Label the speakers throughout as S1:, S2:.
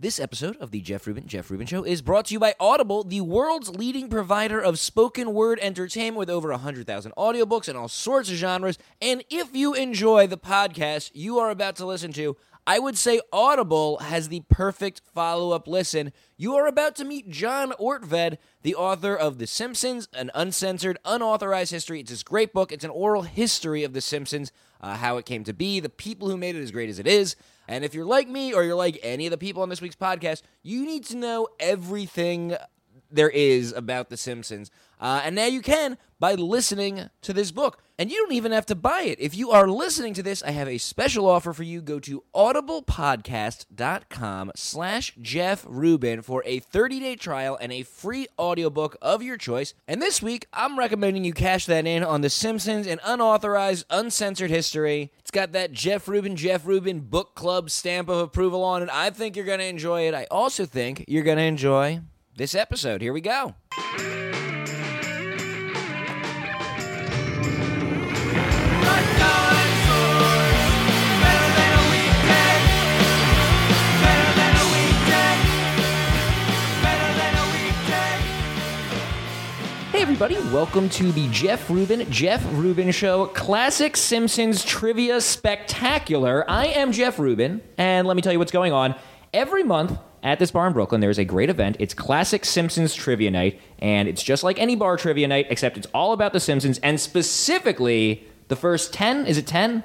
S1: This episode of the Jeff Rubin Jeff Rubin Show is brought to you by Audible, the world's leading provider of spoken word entertainment with over 100,000 audiobooks in all sorts of genres. And if you enjoy the podcast you are about to listen to, I would say Audible has the perfect follow up listen. You are about to meet John Ortved, the author of The Simpsons, an uncensored, unauthorized history. It's this great book, it's an oral history of The Simpsons, uh, how it came to be, the people who made it as great as it is. And if you're like me or you're like any of the people on this week's podcast, you need to know everything there is about The Simpsons. Uh, and now you can by listening to this book. And you don't even have to buy it. If you are listening to this, I have a special offer for you. Go to audiblepodcast.com slash Jeff Rubin for a 30-day trial and a free audiobook of your choice. And this week, I'm recommending you cash that in on The Simpsons and Unauthorized, Uncensored History. It's got that Jeff Rubin, Jeff Rubin book club stamp of approval on it. I think you're going to enjoy it. I also think you're going to enjoy this episode. Here we go. Hey, everybody, welcome to the Jeff Rubin, Jeff Rubin Show Classic Simpsons Trivia Spectacular. I am Jeff Rubin, and let me tell you what's going on. Every month at this bar in Brooklyn, there is a great event. It's Classic Simpsons Trivia Night, and it's just like any bar trivia night, except it's all about The Simpsons, and specifically the first 10, is it 10?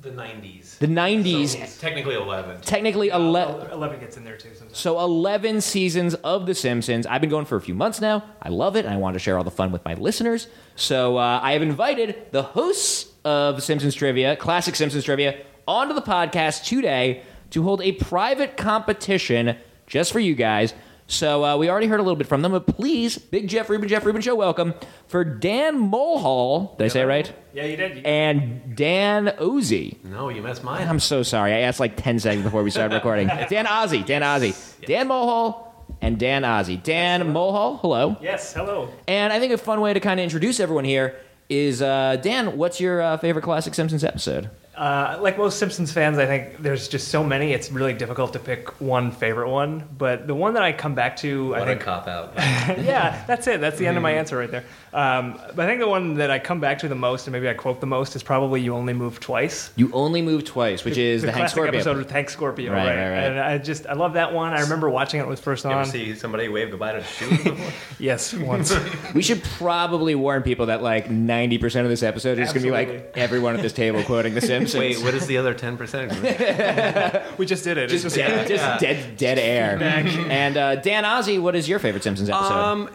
S2: The 90s.
S1: The 90s,
S2: So, technically 11.
S1: technically 11.
S3: Oh, 11 gets in there too sometimes.
S1: So 11 seasons of The Simpsons. I've been going for a few months now. I love it, and I want to share all the fun with my listeners. So uh, I have invited the hosts of Simpsons Trivia, classic Simpsons Trivia, onto the podcast today to hold a private competition just for you guys. So uh, we already heard a little bit from them, but please, Big Jeff Rubin, Jeff Rubin Show, welcome for Dan Mulhall. Did I say it right?
S3: Yeah, you did. You-
S1: And Dan Ozy.
S2: No, you messed mine.
S1: I'm so sorry. I asked like 10 seconds before we started recording. Dan Ozzie, Dan Ozzie, Dan Mulhall, and Dan Ozzie. Dan Mulhall, hello.
S3: yes, hello.
S1: And I think a fun way to kind of introduce everyone here is uh, Dan, what's your uh, favorite classic Simpsons episode?
S3: Uh, like most Simpsons fans, I think there's just so many, it's really difficult to pick one favorite one. But the one that I come back to, I
S2: what a
S3: think.
S2: cop out.
S3: yeah, that's it. That's the end of my
S1: Mm.
S3: answer right there. Um, but I think the one that I come back to the most, and maybe I quote the most, is probably You Only Move Twice.
S1: You only move twice, which is the, Hank
S3: classic
S1: Scorpio.
S3: episode with Hank Scorpio,
S1: Right,
S3: right,
S1: right, right.
S3: And I just, I love that one. I remember watching it when it was first
S2: You
S3: on.
S2: ever see somebody wave goodbye to a shoe before?
S3: yes, once.
S1: We should probably warn people that like 90% of this episode is going to be like
S3: Absolutely.
S1: everyone at this table quoting The Simpsons.
S2: Wait, what is the other 10%?
S3: we just did it. It's
S1: Just,
S3: just,
S1: dead, just dead, dead air. And uh, Dan Ozzie, what is your favorite Simpsons episode?
S2: um,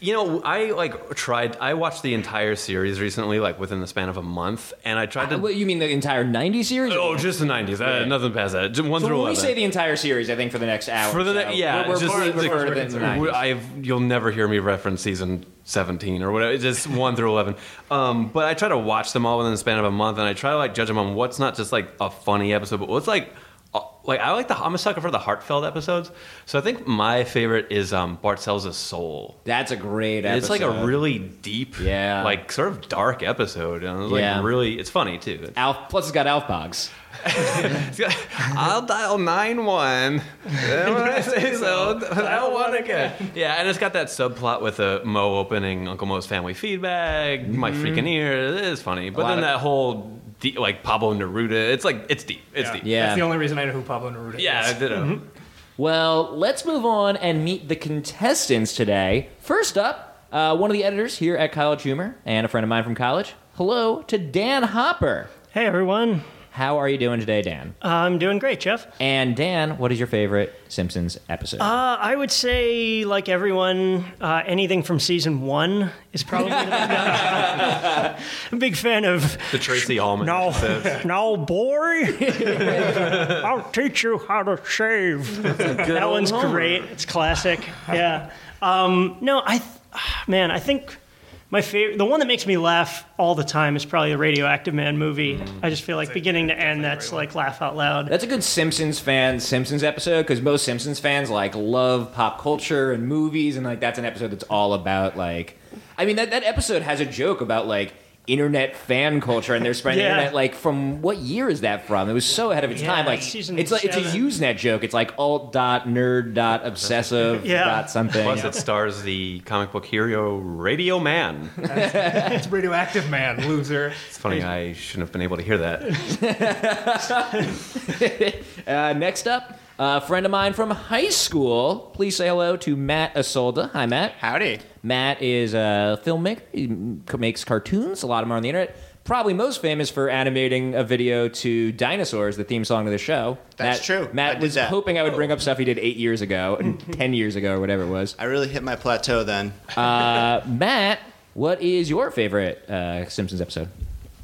S2: you know, I like tried, I watched the entire series recently, like within the span of a month, and I tried to.
S1: Uh, what, you mean the entire 90s series?
S2: oh, just the 90s. Uh, nothing past that. Just One
S1: So
S2: through
S1: when we
S2: 11.
S1: say the entire series, I think for the next hour,
S2: for the
S1: so
S2: ne- yeah,
S1: we're, we're
S2: just
S1: probably
S2: the-
S1: referring to it in the 90s.
S2: I've, you'll never hear me reference season seventeen or whatever, just one through eleven. Um, but I try to watch them all within the span of a month, and I try to like judge them on what's not just like a funny episode, but what's like. uh, Like I like the I'm a sucker for the heartfelt episodes, so I think my favorite is um, Bart sells his soul.
S1: That's a great episode.
S2: It's like a really deep,
S1: Yeah.
S2: like sort of dark episode, and it's like
S1: Yeah.
S2: really, it's funny too.
S1: Alf, plus, it's got Alf Boggs.
S2: It's got, I'll dial nine one. I don't want again. Yeah, and it's got that subplot with a Mo opening Uncle Mo's family feedback. My
S4: Mm-hmm.
S2: freaking ear. It is funny, but
S1: lot
S2: then
S1: of-
S2: that whole de- like Pablo Neruda. It's like it's deep. It's deep.
S1: Yeah.
S3: That's the only reason I know who Pablo Neruda
S2: Yeah,
S3: is.
S2: I did it.
S4: Mm-hmm.
S1: Well, let's move on and meet the contestants today. First up, uh, one of the editors here at College Humor and a friend of mine from college. Hello to Dan Hopper.
S4: Hey everyone, Uh,
S1: How are you doing today, Dan?
S4: I'm doing great, Jeff.
S1: And Dan, what is your favorite Simpsons episode?
S4: Uh, I would say, like everyone, uh, anything from season one is probably. the I'm a big fan of.
S2: The Tracy Allman.
S4: No,
S2: episode.
S4: no, boy. I'll teach you how to shave. That one's
S1: old Homer.
S4: great. It's classic. Yeah. Um, no, I, th- ah, man, I think my favorite, the one that makes me laugh all the time is probably the Radioactive Man movie. I just feel like beginning to end, that's like laugh out loud.
S1: That's a good Simpsons fan Simpsons episode because most Simpsons fans like love pop culture and movies and like that's an episode that's all about like I mean that that episode has a joke about like internet fan culture, and they're spreading the
S4: Yeah.
S1: internet. Like, from what year is that from? It was so ahead of its
S4: Yeah,
S1: time. Like,
S4: season
S1: it's like it's a
S4: seven.
S1: Usenet joke. It's like alt dot nerd dot obsessive
S4: Yeah.
S1: dot something.
S2: Plus, it stars the comic book hero Radio Man.
S5: It's radioactive man, loser.
S2: It's funny, I shouldn't have been able to hear that.
S1: Uh, next up, a friend of mine from high school. Please say hello to Matt Asolda. Hi, Matt.
S6: Howdy.
S1: Matt is a filmmaker. He m- makes cartoons. A lot of them are on the internet. Probably most famous for animating a video to Dinosaurs, the theme song of the show.
S6: That's
S1: Matt-
S6: true. I
S1: Matt
S6: did
S1: was
S6: that. Oh.
S1: hoping I would bring up stuff he did eight years ago and ten years ago or whatever it was.
S6: I really hit my plateau then.
S1: Uh, Matt, what is your favorite uh, Simpsons episode?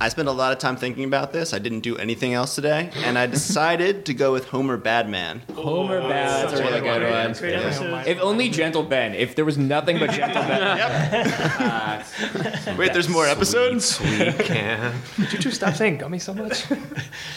S6: I spent a lot of time thinking about this. I didn't do anything else today, and I decided to go with Homer Badman.
S1: Homer Bad. That's a really good one.
S4: Great episode.
S1: If only Gentle Ben. If there was nothing but Gentle Ben.
S6: Wait, there's more episodes?
S2: Sweet can.
S5: Did you two stop saying gummy so much?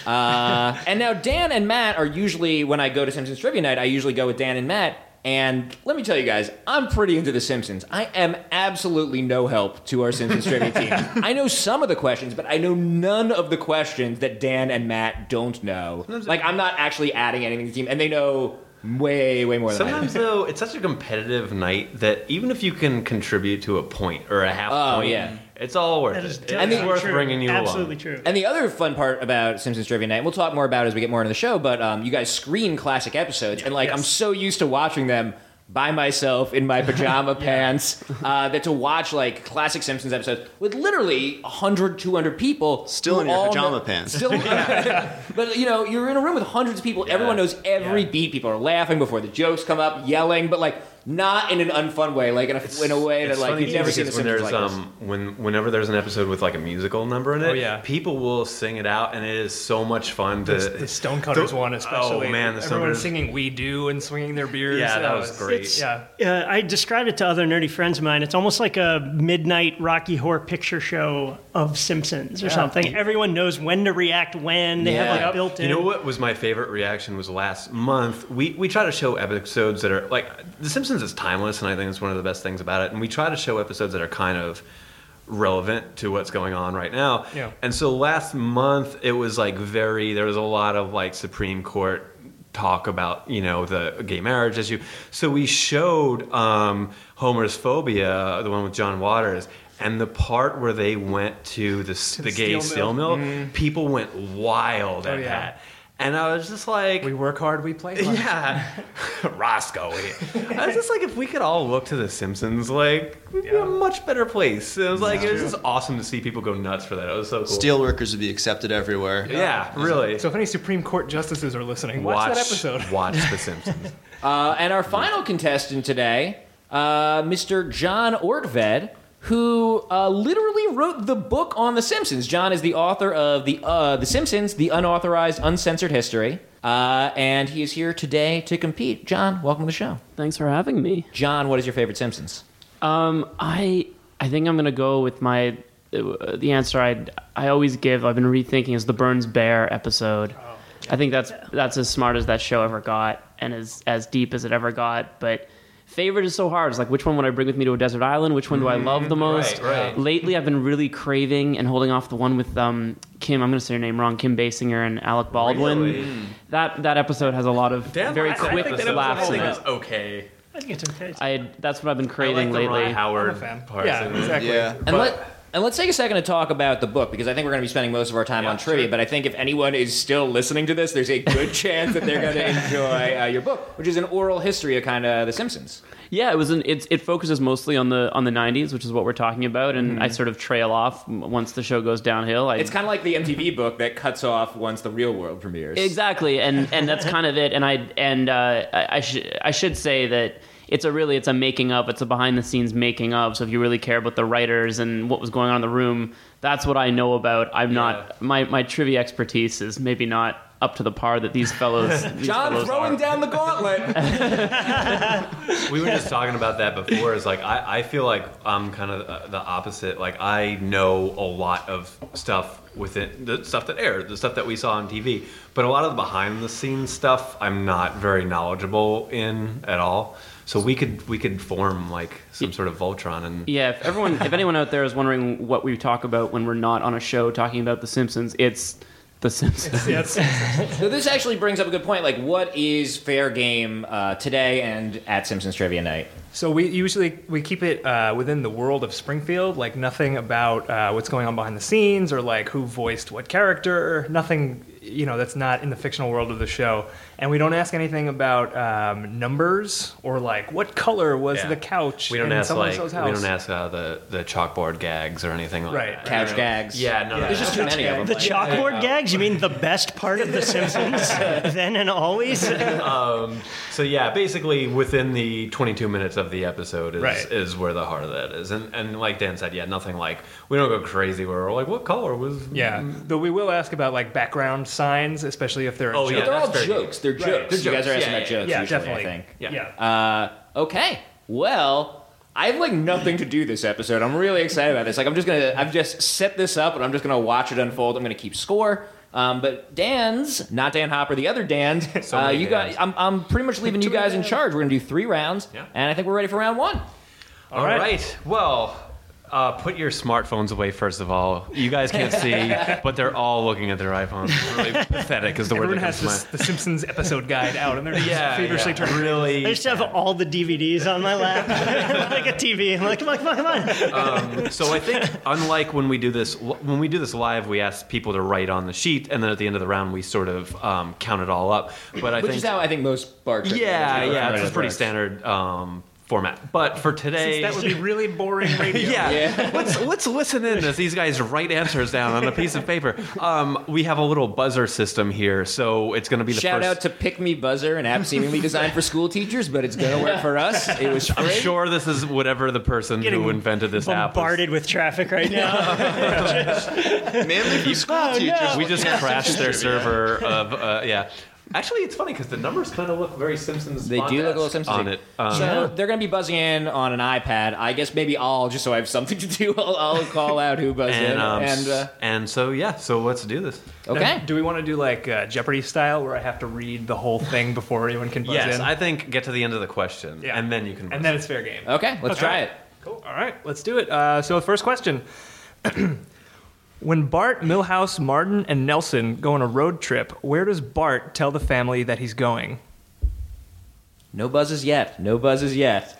S1: Uh, And now Dan and Matt are usually when I go to Simpsons trivia night, I usually go with Dan and Matt. And let me tell you guys, I'm pretty into The Simpsons. I am absolutely no help to our Simpsons trivia team. I know some of the questions, but I know none of the questions that Dan and Matt don't know. Like I'm not actually adding anything to the team, and they know way, way more than I do.
S2: Sometimes though, it's such a competitive night that even if you can contribute to a point or a half
S1: Oh,
S2: point,
S1: yeah.
S2: it's all worth
S4: That is
S2: it. It's
S4: definitely
S2: worth
S4: true.
S2: bringing you
S4: Absolutely
S2: along.
S4: true.
S1: And the other fun part about Simpsons Trivia Night, and we'll talk more about it as we get more into the show, but um, you guys screen classic episodes, and like I'm so used to watching them by myself in my pajama pants uh, that to watch like classic Simpsons episodes with literally 100, 200 people.
S6: Still
S1: who
S6: in your
S1: all
S6: pajama pants.
S1: Still, but you know, you're in a room with hundreds of people. Everyone knows every beat. People are laughing before the jokes come up, yelling, but like not in an unfun way, like in a, in a way that
S2: It's
S1: like
S2: funny
S1: you've never
S2: because
S1: seen the
S2: when
S1: Simpsons like
S2: there's
S1: this.
S2: um when whenever there's an episode with like a musical number in it,
S5: Oh, yeah.
S2: people will sing it out, and it is so much fun to.
S5: the, the Stonecutters
S2: the-
S5: one, especially.
S2: Oh man, the
S5: everyone
S2: Stonecutters.
S5: singing "We Do" and swinging their beers.
S2: Yeah, that was
S5: it's-
S2: great.
S5: it's- Yeah,
S4: Uh, I described it to other nerdy friends of mine. It's almost like a midnight Rocky Horror Picture Show of Simpsons or something. Everyone knows when to react when. They have
S1: Yeah.
S4: like built in.
S2: You know what was my favorite reaction was last month. We we try to show episodes that are like The Simpsons is timeless, and I think it's one of the best things about it. And we try to show episodes that are kind of relevant to what's going on right now.
S5: Yeah.
S2: And so last month it was like very there was a lot of like Supreme Court talk about you know the gay marriage issue. So we showed um, Homer's Phobia, the one with John Waters. And the part where they went to the, s- the,
S5: the
S2: gay
S5: steel mill.
S2: steel mill, Mm. people went wild at
S5: yeah.
S2: that. Oh, And I was just like,
S5: we work hard, we play hard.
S2: yeah, Roscoe. we- I was just like, if we could all look to The Simpsons, like, we'd be in a much better place. It was like, it was just awesome to see people go nuts for that. It was so cool.
S6: Steelworkers would be accepted everywhere.
S2: yeah, really.
S5: So if any Supreme Court justices are listening, watch, that episode.
S2: watch The Simpsons.
S1: Uh, and our final contestant today, uh, Mr. John Ortved, who uh, literally wrote the book on The Simpsons. John is the author of the uh, The Simpsons: The Unauthorized, Uncensored History, uh, and he is here today to compete. John, welcome to the show.
S7: Thanks for having me.
S1: John, what is your favorite Simpsons?
S7: Um, I I think I'm gonna go with my uh, the answer I I always give. I've been rethinking is the Burns Bear episode. I think that's that's as smart as that show ever got, and as as deep as it ever got. But favorite is so hard. It's like which one would I bring with me to a desert island? Which one do I love the most?
S2: Mm-hmm. right.
S7: Lately, I've been really craving and holding off the one with um Kim. I'm gonna say her name wrong. Kim Basinger and Alec Baldwin.
S2: Really?
S7: That that episode has a lot of very
S2: likes that
S7: quick
S2: episode.
S7: laughs in
S2: I
S7: it.
S2: think it's okay.
S4: I think it's okay.
S7: I that's what I've been
S2: I
S7: craving
S2: like the
S7: lately.
S2: Ron Howard
S5: fan.
S2: parts.
S5: Yeah,
S2: in it.
S5: exactly.
S6: Yeah.
S1: And let and let's take a second to talk about the book because I think we're going to be spending most of our time on trivia. But I think if anyone is still listening to this, there's a good chance that they're going to enjoy uh, your book, which is an oral history of kind of The Simpsons.
S7: Yeah, it was an it, it focuses mostly on the on the 90s, which is what we're talking about and I sort of trail off m- once the show goes downhill. I,
S1: It's kind of like the MTV book that cuts off once the real world premieres.
S7: exactly and and that's kind of it and I and uh, I, I should I should say that it's a really it's a making of it's a behind the scenes making of so if you really care about the writers and what was going on in the room that's what I know about I'm not my my trivia expertise is maybe not up to the par that these fellows. These
S8: John
S7: fellows
S8: throwing
S7: are.
S8: down the gauntlet.
S2: we were just talking about that before. Is like I, I feel like I'm kind of the- the opposite. Like I know a lot of stuff within the stuff that aired, the stuff that we saw on TV, but a lot of the behind the scenes stuff I'm not very knowledgeable in at all. So we could we could form like some sort of Voltron and
S7: Yeah, if everyone, if anyone out there is wondering what we talk about when we're not on a show talking about The Simpsons, it's The Simpsons.
S5: Yes.
S1: So this actually brings up a good point. Like, what is fair game uh, today and at Simpsons Trivia Night?
S5: So we usually we keep it uh, within the world of Springfield, like nothing about uh, what's going on behind the scenes or like who voiced what character, nothing you know that's not in the fictional world of the show. And we don't ask anything about um, numbers or like what color was
S2: Yeah.
S5: the couch.
S2: we don't
S5: in
S2: ask
S5: someone
S2: like we
S5: else's
S2: don't
S5: house.
S2: ask uh, the the chalkboard gags or anything like
S5: Right.
S2: that.
S1: Couch gags.
S2: Yeah, no,
S1: There's just too many of them.
S4: The chalkboard gags? You mean the best part of The Simpsons? then and always?
S2: So yeah, basically within the 22 minutes of the episode is,
S5: Right.
S2: is where the heart of that is, and and like Dan said, yeah, nothing like we don't go crazy where we're like, what color was?
S5: Yeah, Mm. though we will ask about like background signs, especially if they're.
S2: Oh,
S5: joke.
S2: yeah.
S1: But they're all
S2: that's fair game.
S1: jokes. They're jokes.
S2: They're
S1: You guys
S2: jokes.
S1: are asking
S2: Yeah,
S1: about
S2: yeah,
S1: jokes
S5: yeah,
S1: usually,
S5: definitely.
S1: I think.
S2: Yeah.
S1: Uh, okay. Well, I have like nothing to do this episode. I'm really excited about this. Like, I'm just gonna, I've just set this up, and I'm just gonna watch it unfold. I'm gonna keep score. Um, but Dan's, not Dan Hopper, the other Dan's.
S2: So
S1: uh,
S2: many
S1: you guys,
S2: Dans.
S1: I'm, I'm pretty much leaving you guys in charge. We're gonna do three rounds,
S2: Yeah.
S1: and I think we're ready for round one.
S2: All right. Well, uh, put your smartphones away first of all. You guys can't see, but they're all looking at their iPhones. It's really pathetic is the word
S5: Everyone
S2: that comes
S5: has
S2: to
S5: this,
S2: mind.
S5: the Simpsons episode guide out, and they're just
S2: Yeah,
S5: feverishly
S2: yeah.
S5: trying to
S4: I
S2: really.
S4: just have all the DVDs on my lap, like a TV. I'm like, come on, come on, come on.
S2: So I think, unlike when we do this, when we do this live, we ask people to write on the sheet, and then at the end of the round, we sort of um, count it all up. But I
S1: Which
S2: think
S1: is how I think most bar trivia
S2: Yeah,
S1: is.
S2: yeah, it's a pretty standard um, format. But for today,
S5: That would be really boring radio.
S2: yeah, let's let's listen in as these guys write answers down on a piece of paper. Um, we have a little buzzer system here, so it's going to be the
S1: Shout
S2: first.
S1: out to Pick Me Buzzer, an app seemingly designed for school teachers, but it's gonna work for us. It was free.
S2: I'm sure this is whatever the person
S4: Getting
S2: who invented this app. was-
S4: Bombarded with traffic right now.
S6: Mainly from school teachers.
S2: We just
S6: Yeah.
S2: crashed their server. Of uh, yeah. Actually, it's funny because the numbers kind of look very Simpsons.
S1: They do look a little Simpsons-y.
S2: on it. Um,
S1: So they're going to be buzzing in on an iPad. I guess maybe I'll just so I have something to do. I'll, I'll call out who buzzed in.
S2: and um,
S1: and uh,
S2: and so yeah, so let's do this.
S1: okay,
S5: Do we want to do like uh, Jeopardy style, where I have to read the whole thing before anyone can buzz
S2: Yes,
S5: in?
S2: I think get to the end of the question,
S5: Yeah.
S2: and then you can.
S5: and then it's fair game.
S1: okay, let's try it.
S5: Cool. All right, let's do it. Uh, so, the first question: When Bart, Milhouse, Martin, and Nelson go on a road trip, where does Bart tell the family that he's going?
S1: No buzzes yet. No buzzes yet.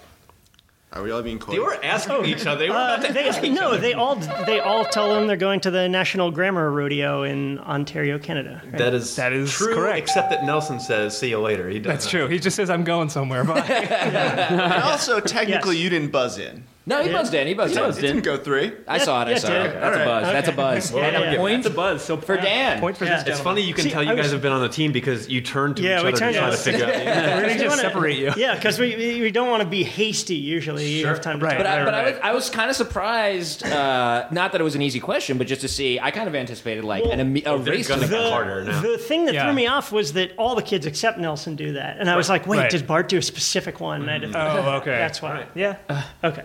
S6: Are we all being coy?
S2: They were asking each other. They were
S4: Uh,
S2: about to ask
S4: they,
S2: each
S4: no,
S2: other.
S4: they all they all tell them they're going to the National Grammar Rodeo in Ontario, Canada. right?
S2: That is
S5: That is
S2: true,
S5: correct.
S2: Except that Nelson says, "See you later." He does.
S5: That's true. He just says, "I'm going somewhere." Bye.
S6: And also, technically,
S4: Yes.
S6: you didn't buzz in.
S1: No, he buzzed in. He buzzed
S6: It
S1: in.
S6: didn't go three.
S1: I saw it. I
S4: Yeah,
S1: saw
S4: dude.
S1: it. That's a buzz. That's a buzz. and
S4: yeah,
S1: a
S4: yeah.
S1: point
S5: It's a buzz. So
S1: for Dan.
S5: Point for this
S2: It's
S5: gentleman.
S2: funny you can
S4: See,
S2: tell you
S4: I
S2: guys
S4: was-
S2: have been on the team because you turn to
S4: Yeah,
S2: each
S4: we
S2: other to
S4: turned
S2: try
S4: to
S2: to
S4: us.
S2: figure out.
S5: We're gonna
S4: We
S5: just
S4: wanna-
S5: separate you.
S4: Yeah, because we, we we don't want to be hasty. Usually, you have time to
S5: Right.
S4: talk.
S1: But, I,
S5: Right,
S1: but I
S5: right.
S1: was, I was kind of surprised. Uh, not that it was an easy question, but just to see, I kind of anticipated like an, ami- a
S2: They're
S1: race.
S2: gonna
S1: to the-
S2: get harder now.
S4: The thing that
S5: Yeah.
S4: threw me off was that all the kids except Nelson do that, and I was like, "Wait,
S5: Right.
S4: did Bart do a specific one?" And I didn't.
S5: Oh, okay. Uh,
S4: That's why.
S5: Yeah.
S4: Okay,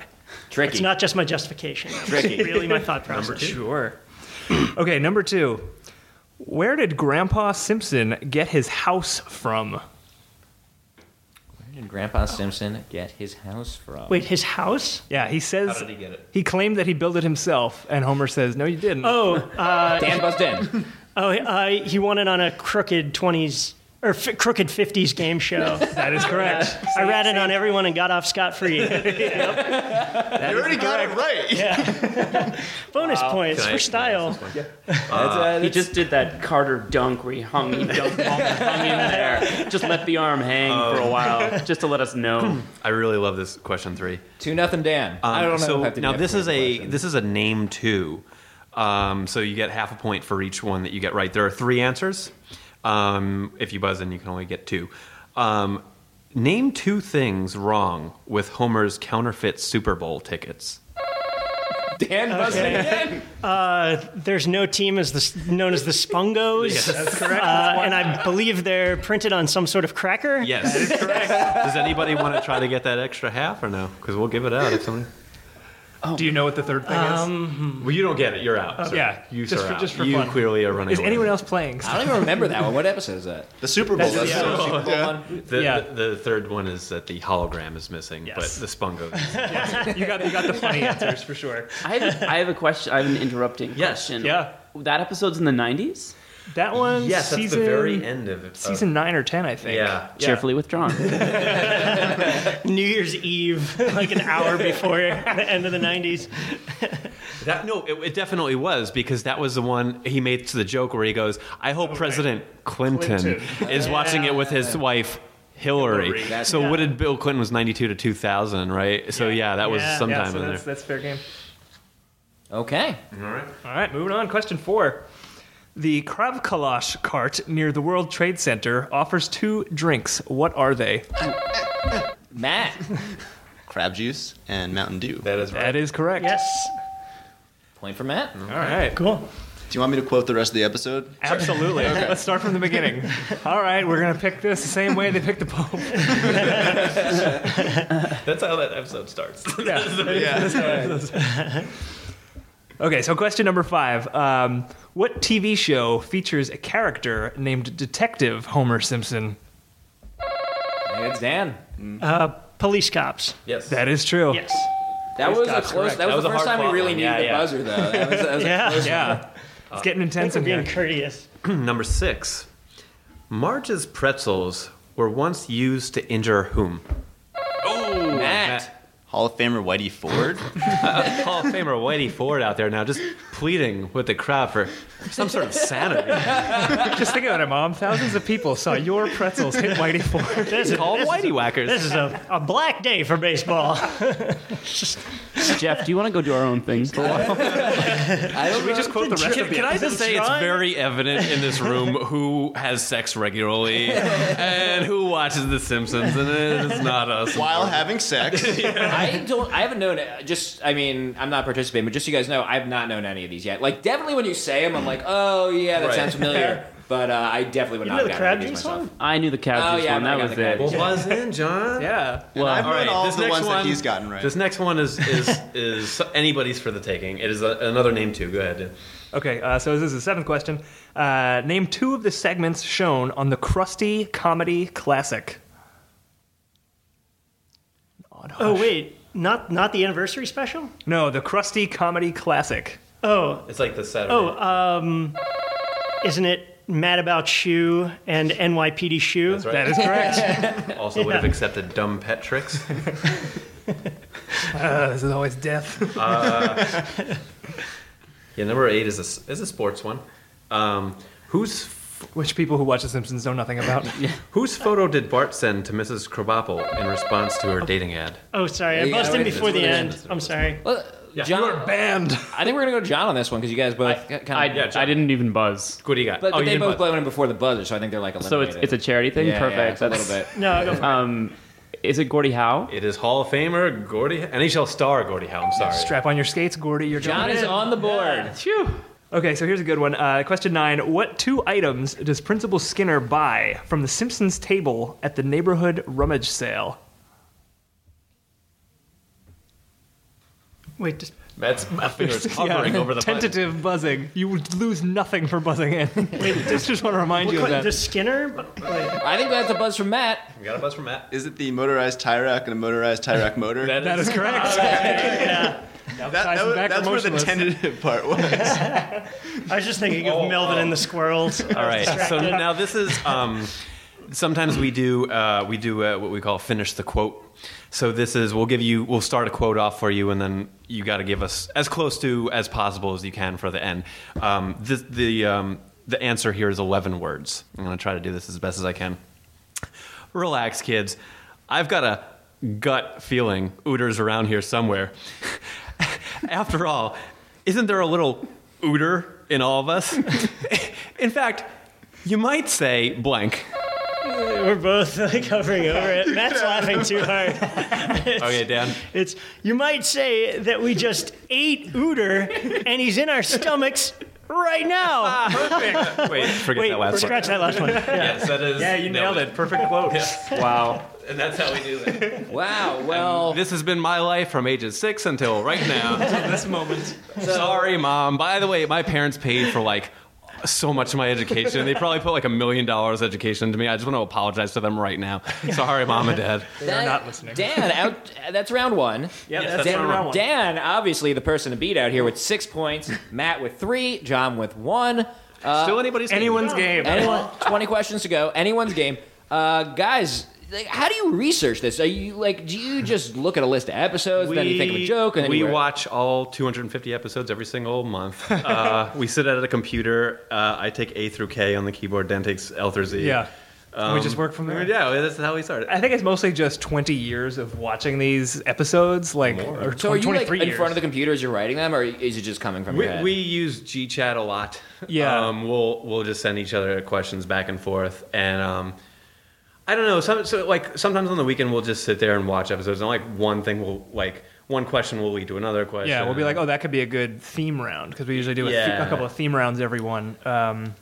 S1: tricky.
S4: it's not just my justification.
S1: Tricky.
S4: It's really, my thought process.
S5: Sure. okay, number two. Where did Grandpa Simpson get his house from?
S1: Where did Grandpa Simpson get his house from?
S4: Wait, his house?
S5: Yeah, he says.
S2: How did he get it?
S5: He claimed that he built it himself, and Homer says, "No, you didn't."
S4: Oh, uh,
S1: Dan buzzed in.
S4: oh, uh, he won it on a crooked twenties or f- crooked fifties game show.
S5: that is correct.
S4: I ratted on everyone and got off scot free.
S6: you already got it right.
S4: Bonus points
S2: Can I-
S4: for style.
S1: uh,
S7: he just did that Carter dunk where he hung, he dunked, hung in there, just let the arm hang for
S2: Oh.
S7: a while, just to let us know.
S2: I really love this question three.
S1: Two nothing, Dan. I
S2: Um,
S1: don't know.
S2: So
S1: if I have to do
S2: now
S1: that
S2: this
S1: for
S2: is
S1: the
S2: a
S1: question.
S2: this is a name two. Um, so you get half a point for each one that you get right. There are three answers. Um, if you buzz in, you can only get two. Um, name two things wrong with Homer's counterfeit Super Bowl tickets.
S1: Dan buzzing again.
S4: Uh, there's no team as the, s- known as the Spungos.
S5: That's correct.
S4: Uh, and I believe they're printed on some sort of cracker.
S2: Yes. Does anybody want to try to get that extra half or no? Because we'll give it out if somebody.
S5: Do you know what the third thing
S2: Well, you don't get it. You're out. sir.
S5: Oh, yeah.
S2: You
S5: Just
S2: sir,
S5: for-
S2: out.
S5: just for
S2: you
S5: fun.
S2: clearly are running.
S5: is? Is
S2: away.
S5: anyone else playing?
S1: I don't even remember that one. What episode is that?
S6: The Super Bowl.
S5: That's-
S6: That's
S5: yeah.
S6: what I'm- yeah.
S2: The,
S5: Yeah.
S2: the, the third one is that the hologram is missing,
S5: Yes.
S2: but the Spungo.
S5: You got you got the funny answers for sure.
S7: I have, I have a question. I have an interrupting question.
S5: yeah.
S7: That episode's in the 90s?
S5: That one. season,
S2: end of it.
S5: Season nine or ten, I think.
S2: yeah.
S7: Cheerfully withdrawn.
S4: New Year's Eve, like an hour before the end of the 90s.
S2: That, no, it, it definitely was because that was the one he made to the joke where he goes, "I hope President Clinton,
S5: Clinton.
S2: is watching it with his wife." Hillary.
S5: Hillary.
S2: So what did Bill Clinton was 92 to 2000, right? So yeah, that was
S4: Yeah.
S2: sometime
S5: Yeah, so
S2: in
S5: that's,
S2: there.
S5: that's fair game.
S1: Okay.
S5: All right, moving on. Question four. The Kravkalash cart near the World Trade Center offers two drinks. What are they?
S1: Matt.
S6: Crab juice and Mountain Dew.
S2: That is
S5: That is correct.
S4: Yes.
S1: Point for Matt.
S5: All right.
S4: Cool.
S6: Do you want me to quote the rest of the episode?
S5: Absolutely. Let's start from the beginning. All right, we're going to pick this the same way they picked the Pope.
S2: That's how that episode starts.
S5: Okay, so question number five. Um, what TV show features a character named Detective Homer Simpson?
S1: It's Dan.
S4: Uh, police cops.
S2: yes.
S5: That is true.
S4: Yes.
S1: That was a
S2: Scott's
S1: close.
S2: correct.
S1: That was the
S2: a
S1: first
S2: hard
S1: time we
S2: fought
S1: really
S2: one.
S1: needed
S2: Yeah,
S1: the
S2: yeah.
S1: buzzer, though. That was, that was a
S4: Yeah.
S1: close one.
S5: Yeah. It's getting
S4: Thanks
S5: intense
S4: for
S5: in here.
S4: being courteous.
S2: Number six. Marge's pretzels were once used to injure whom? Oh,
S1: Matt.
S6: Hall of Famer Whitey Ford.
S2: Hall of Famer Whitey Ford out there now, just pleading with the crowd for some sort of sanity.
S5: Just think about it, Mom. Thousands of people saw your pretzels hit Whitey Ford.
S4: This is,
S2: Call Whitey Whackers.
S4: this is a, a black day for baseball.
S7: Jeff, do you want to go do our own thing for a while?
S1: I don't
S5: We just quote the rest
S2: Can,
S5: of the
S2: can I just say it's
S4: trying?
S2: very evident in this room who has sex regularly and who watches The Simpsons, and it's not us.
S6: While having sex.
S1: I don't. I haven't known. Just, I mean, I'm not participating, but just so you guys know, I've not known any of these yet. Like, definitely when you say them, I'm like, oh yeah, that
S2: Right.
S1: sounds familiar. But uh, I definitely would
S4: You
S1: not
S4: know the
S1: have
S4: crab
S1: gotten any of
S4: juice
S1: these myself.
S4: one?
S7: I knew the
S1: Oh,
S7: cow juice
S1: yeah,
S7: one.
S1: I
S7: That
S1: got
S7: was
S1: the
S7: it.
S1: cab juice.
S2: was in, John?
S5: Yeah.
S6: I've
S2: All
S6: known
S2: right,
S6: all
S2: this
S6: the
S2: next
S6: ones
S2: one-
S6: that he's gotten right.
S2: This next one is is is anybody's for the taking. It is a, another name too. Go ahead. Dan.
S5: Okay, uh, so this is the seventh question. Uh, name two of the segments shown on the Krusty Comedy Classic.
S4: Oh, wait. Not not the anniversary special?
S5: No, the Krusty Comedy Classic.
S4: Oh,
S2: It's like the Saturday.
S4: oh,
S6: uh,
S4: um, isn't it Mad About Shoe and NYPD Shoe?
S2: That's right.
S5: That is correct.
S2: also would have accepted dumb pet tricks.
S5: Uh, this is always death.
S2: Yeah, number eight is a s- is a sports one. Um, whose f-
S5: Which people who watch The Simpsons know nothing about.
S2: whose photo did Bart send to Mrs. Krabappel in response to her dating ad?
S4: Oh, sorry. I
S1: Yeah,
S4: buzzed
S1: wait,
S4: in before the
S2: this
S4: end.
S2: one.
S4: I'm sorry.
S1: Well, John,
S5: banned.
S1: I think we're gonna go to John on this one because you guys both. kind of,
S7: I,
S2: Yeah, John.
S7: I didn't even Oh, buzz.
S2: What do you got? Oh,
S1: but, but
S2: you
S1: they
S2: didn't
S1: both
S2: buzz.
S1: blame him before the buzzer, so I think they're like
S7: So it's,
S1: eliminated.
S7: it's a charity thing?
S1: Yeah, yeah,
S7: Perfect.
S1: it's a little bit.
S4: No, go for it.
S7: Um, is it Gordy Howe?
S2: It is Hall of Famer Gordy, and he shall star Gordy Howe. I'm sorry.
S5: Strap on your skates, Gordy. You're
S1: John
S5: going
S1: is
S5: in.
S1: on the board.
S5: Phew. Okay, so here's a good one. Uh, question nine: What two items does Principal Skinner buy from the Simpsons table at the neighborhood rummage sale?
S4: Wait, just,
S2: Matt's my fingers hovering over the button.
S5: tentative buzzing. You would lose nothing for buzzing in. just, just want to remind you of that.
S4: the Skinner? But- wait.
S1: I think that's a buzz from Matt.
S2: We got a buzz from Matt.
S6: Is it the motorized tie rack and a motorized tie rack motor? that,
S5: that is correct.
S6: that,
S5: ties
S6: was-
S5: him back
S6: that's where the
S5: emotionless.
S6: tentative part was.
S4: I was just thinking of Melvin and the Squirrels.
S2: All right. So now this is um, sometimes we do uh, we do uh, what we call finish the quote. So this is we'll give you we'll start a quote off for you, and then you got to give us as close to as possible as you can for the end. Um, the the um, the answer here is eleven words. I'm gonna try to do this as best as I can. Relax, kids. I've got a gut feeling Ooter's around here somewhere. After all, isn't there a little Ooter in all of us? in fact, you might say blank.
S4: We're both like covering over it. Matt's laughing too hard.
S2: Okay, Dan.
S4: It's you might say that we just ate Uter, and he's in our stomachs right now.
S2: Wait, forget
S4: Wait,
S2: that last one.
S4: scratch that last one. Yeah.
S2: Yes, that is.
S5: Yeah, you nailed it. Perfect quote.
S1: Wow.
S2: And that's how we do that.
S1: Wow. Well,
S2: This has been my life from ages six until right now. Until this moment. Sorry, mom. By the way, my parents paid for like so much of my education. They probably put like a million dollars education into me. I just want to apologize to them right now. Sorry, mom and dad.
S1: Dan-
S5: not listening.
S1: Dan, out. That's round one.
S5: Yep,
S2: Yes,
S5: that's
S2: that's
S5: the
S2: round
S5: round
S2: one.
S5: one.
S1: Dan, obviously the person to beat out here with six points. Matt with three. John with one.
S2: Still anybody's
S5: Anyone's game.
S1: Anyone? Twenty questions to go. Anyone's game. Uh, guys. like, How do you research this? Are you like? Do you just look at a list of episodes, then you think of a joke, and then
S2: we
S1: you
S2: watch all 250 episodes every single month. Uh, we sit at a computer. Uh, I take A through K on the keyboard. Dan takes L through Z.
S5: Yeah. we
S2: Um,
S5: just work from there.
S2: Yeah, that's how we started.
S5: I think it's mostly just 20 years of watching these episodes, like or
S1: So are
S5: 20,
S1: you like
S5: 23
S1: in
S5: years.
S1: front of the computer as you're writing them, or is it just coming from
S2: We,
S1: your head?
S2: we use GChat a lot.
S5: Yeah.
S2: um, we'll we'll just send each other questions back and forth, and um, I don't know. Some, so like sometimes on the weekend we'll just sit there and watch episodes, and like one thing will like one question will lead to another question.
S5: yeah, we'll be like, oh, that could be a good theme round because we usually do a, the-
S2: Yeah.
S5: a couple of theme rounds every one. Um,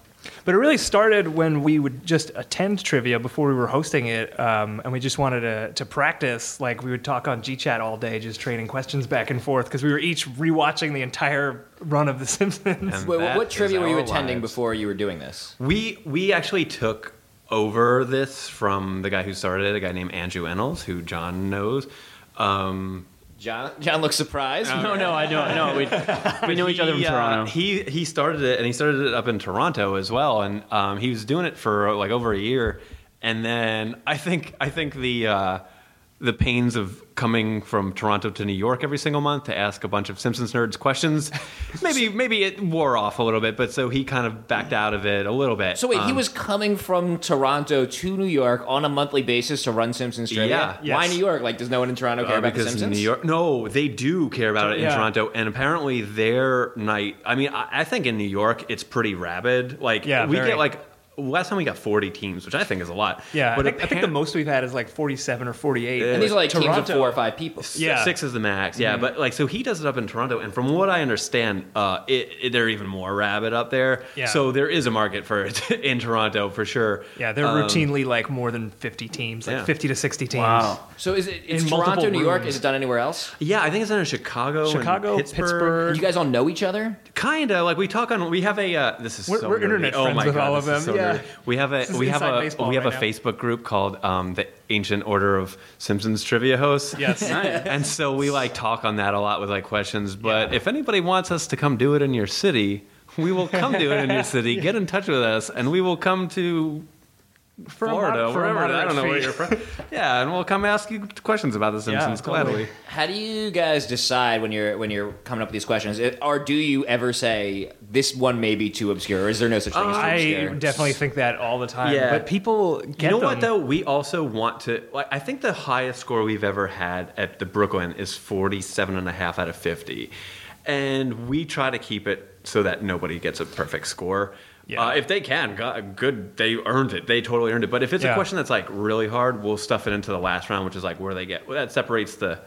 S5: but it really started when we would just attend trivia before we were hosting it, um, and we just wanted to, to practice. Like we would talk on GChat all day, just trading questions back and forth because we were each rewatching the entire run of The Simpsons.
S2: And
S1: Wait,
S2: that
S1: what
S2: is
S1: trivia were you
S2: our
S1: attending
S2: lives.
S1: before you were doing this?
S2: We we actually took over this from the guy who started it, a guy named Andrew Ennals, who John knows. Um,
S1: John, John looks surprised.
S5: Oh.
S7: No, no, I know, I know. We, we know each other from
S2: He, uh,
S7: Toronto.
S2: he he started it, and he started it up in Toronto as well, and um, he was doing it for like over a year, and then I think I think the uh, the pains of coming from Toronto to New York every single month to ask a bunch of Simpsons nerds questions, maybe maybe it wore off a little bit, but so he kind of backed out of it a little bit.
S1: So wait, he
S2: Um,
S1: was coming from Toronto to New York on a monthly basis to run Simpsons trivia.
S2: Yeah.
S1: Why
S5: Yes.
S1: New York? Like, does no one in Toronto care
S2: Uh,
S1: about the
S2: because
S1: Simpsons?
S2: New York, no, they do care about it in
S5: Yeah.
S2: Toronto, and apparently their night. I mean, I, I think in New York it's pretty rabid. Like,
S5: Yeah,
S2: we
S5: very.
S2: get like last time we got forty teams, which I think is a lot.
S5: Yeah, I think, I think the
S2: appar-
S5: most we've had is like 47 or 48.
S1: And these are like teams
S5: Toronto-
S1: of four or five people.
S2: s-
S5: yeah. Mm-hmm.
S2: six is the max. Yeah, but like so he does it up in Toronto, and from what I understand, uh, it, it- they're even more rabid up there.
S5: Yeah.
S2: So there is a market for it in Toronto for sure.
S5: Yeah, they're
S2: Um,
S5: routinely like more than 50 teams, like
S2: yeah.
S5: 50 to 60 teams.
S7: Wow.
S1: So is it it's
S5: In multiple
S1: Toronto, New York? Is
S5: rooms.
S1: it done anywhere else?
S2: Yeah, I think it's in Chicago, and
S5: Chicago, Pittsburgh.
S1: And you guys all know each other?
S2: Kinda like we talk on. We have a. Uh, this is
S5: We're-
S2: so
S5: we're
S2: nerdy.
S5: internet
S2: oh
S5: friends
S2: my
S5: with
S2: God,
S5: all of
S2: this is
S5: them,
S2: so nerdy.
S5: yeah.
S2: we have a
S5: This is
S2: we have
S5: inside
S2: a
S5: baseball
S2: we have
S5: right
S2: a
S5: now.
S2: Facebook group called um, the Ancient Order of Simpsons Trivia Hosts.
S5: Yes.
S2: and so we like talk on that a lot with like questions. But if anybody wants us to come do it in your city, we will come do it in your city. Get in touch with us, and we will come to
S5: For a mod-
S2: Florida,
S5: for a
S2: wherever. I
S5: moderate
S2: don't know where
S5: fee.
S2: you're from. Yeah, and we'll come ask you questions about the Simpsons
S5: totally.
S2: gladly.
S1: How do you guys decide when you're when you're coming up with these questions? It- Or do you ever say this one may be too obscure? Or is there no such thing as too
S5: Uh, I
S1: obscure?
S5: definitely think that all the time.
S2: Yeah.
S5: But people get
S2: you know
S5: them.
S2: what though? We also want to. Like, I think the highest score we've ever had at the Brooklyn is 47 and a half out of 50, and we try to keep it so that nobody gets a perfect score.
S5: Yeah.
S2: Uh, if they can, God, good. They earned it. They totally earned it. But if it's a
S5: Yeah.
S2: question that's like really hard, we'll stuff it into the last round, which is like where they get. Well, that separates the.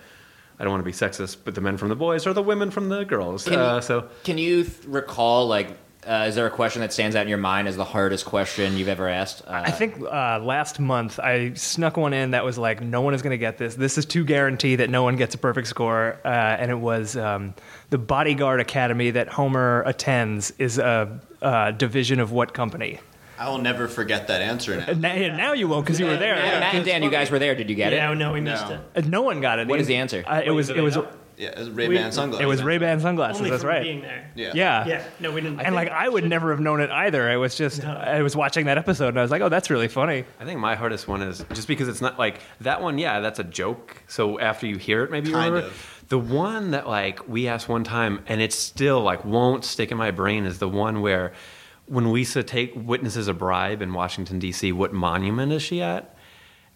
S2: I don't want to be sexist, but the men from the boys or the women from the girls.
S1: Can you-
S2: Uh, so
S1: Can you th- recall like? Uh, is there a question that stands out in your mind as the hardest question you've ever asked? Uh,
S5: I think uh, last month I snuck one in that was like, no one is going to get this. This is to guarantee that no one gets a perfect score. Uh, and it was um, the Bodyguard Academy that Homer attends is a uh, division of what company?
S6: I will never forget that answer now.
S5: And now, and now you won't because you were there.
S1: Matt, Matt and Dan, you guys were there. Did you get
S4: Yeah,
S1: it?
S4: no, we missed
S6: No.
S4: it.
S5: Uh, No one got it.
S1: What is the answer?
S5: Uh, it was it was
S6: Yeah, it was Ray-Ban
S4: We-
S6: sunglasses.
S5: it was Ray Ban sunglasses.
S4: Only
S5: that's
S4: from
S5: right.
S4: being there.
S6: Yeah.
S5: yeah.
S4: Yeah, no, we didn't.
S5: and like I would never have known it either. I was just I was watching that episode and I was like, oh, that's really funny.
S2: I think my hardest one is just because it's not like that one. Yeah, that's a joke. So after you hear it, maybe you
S6: Kind
S2: remember.
S6: of.
S2: The one that like we asked one time and it still like won't stick in my brain is the one where when Lisa take witnesses a bribe in Washington D.C., what monument is she at?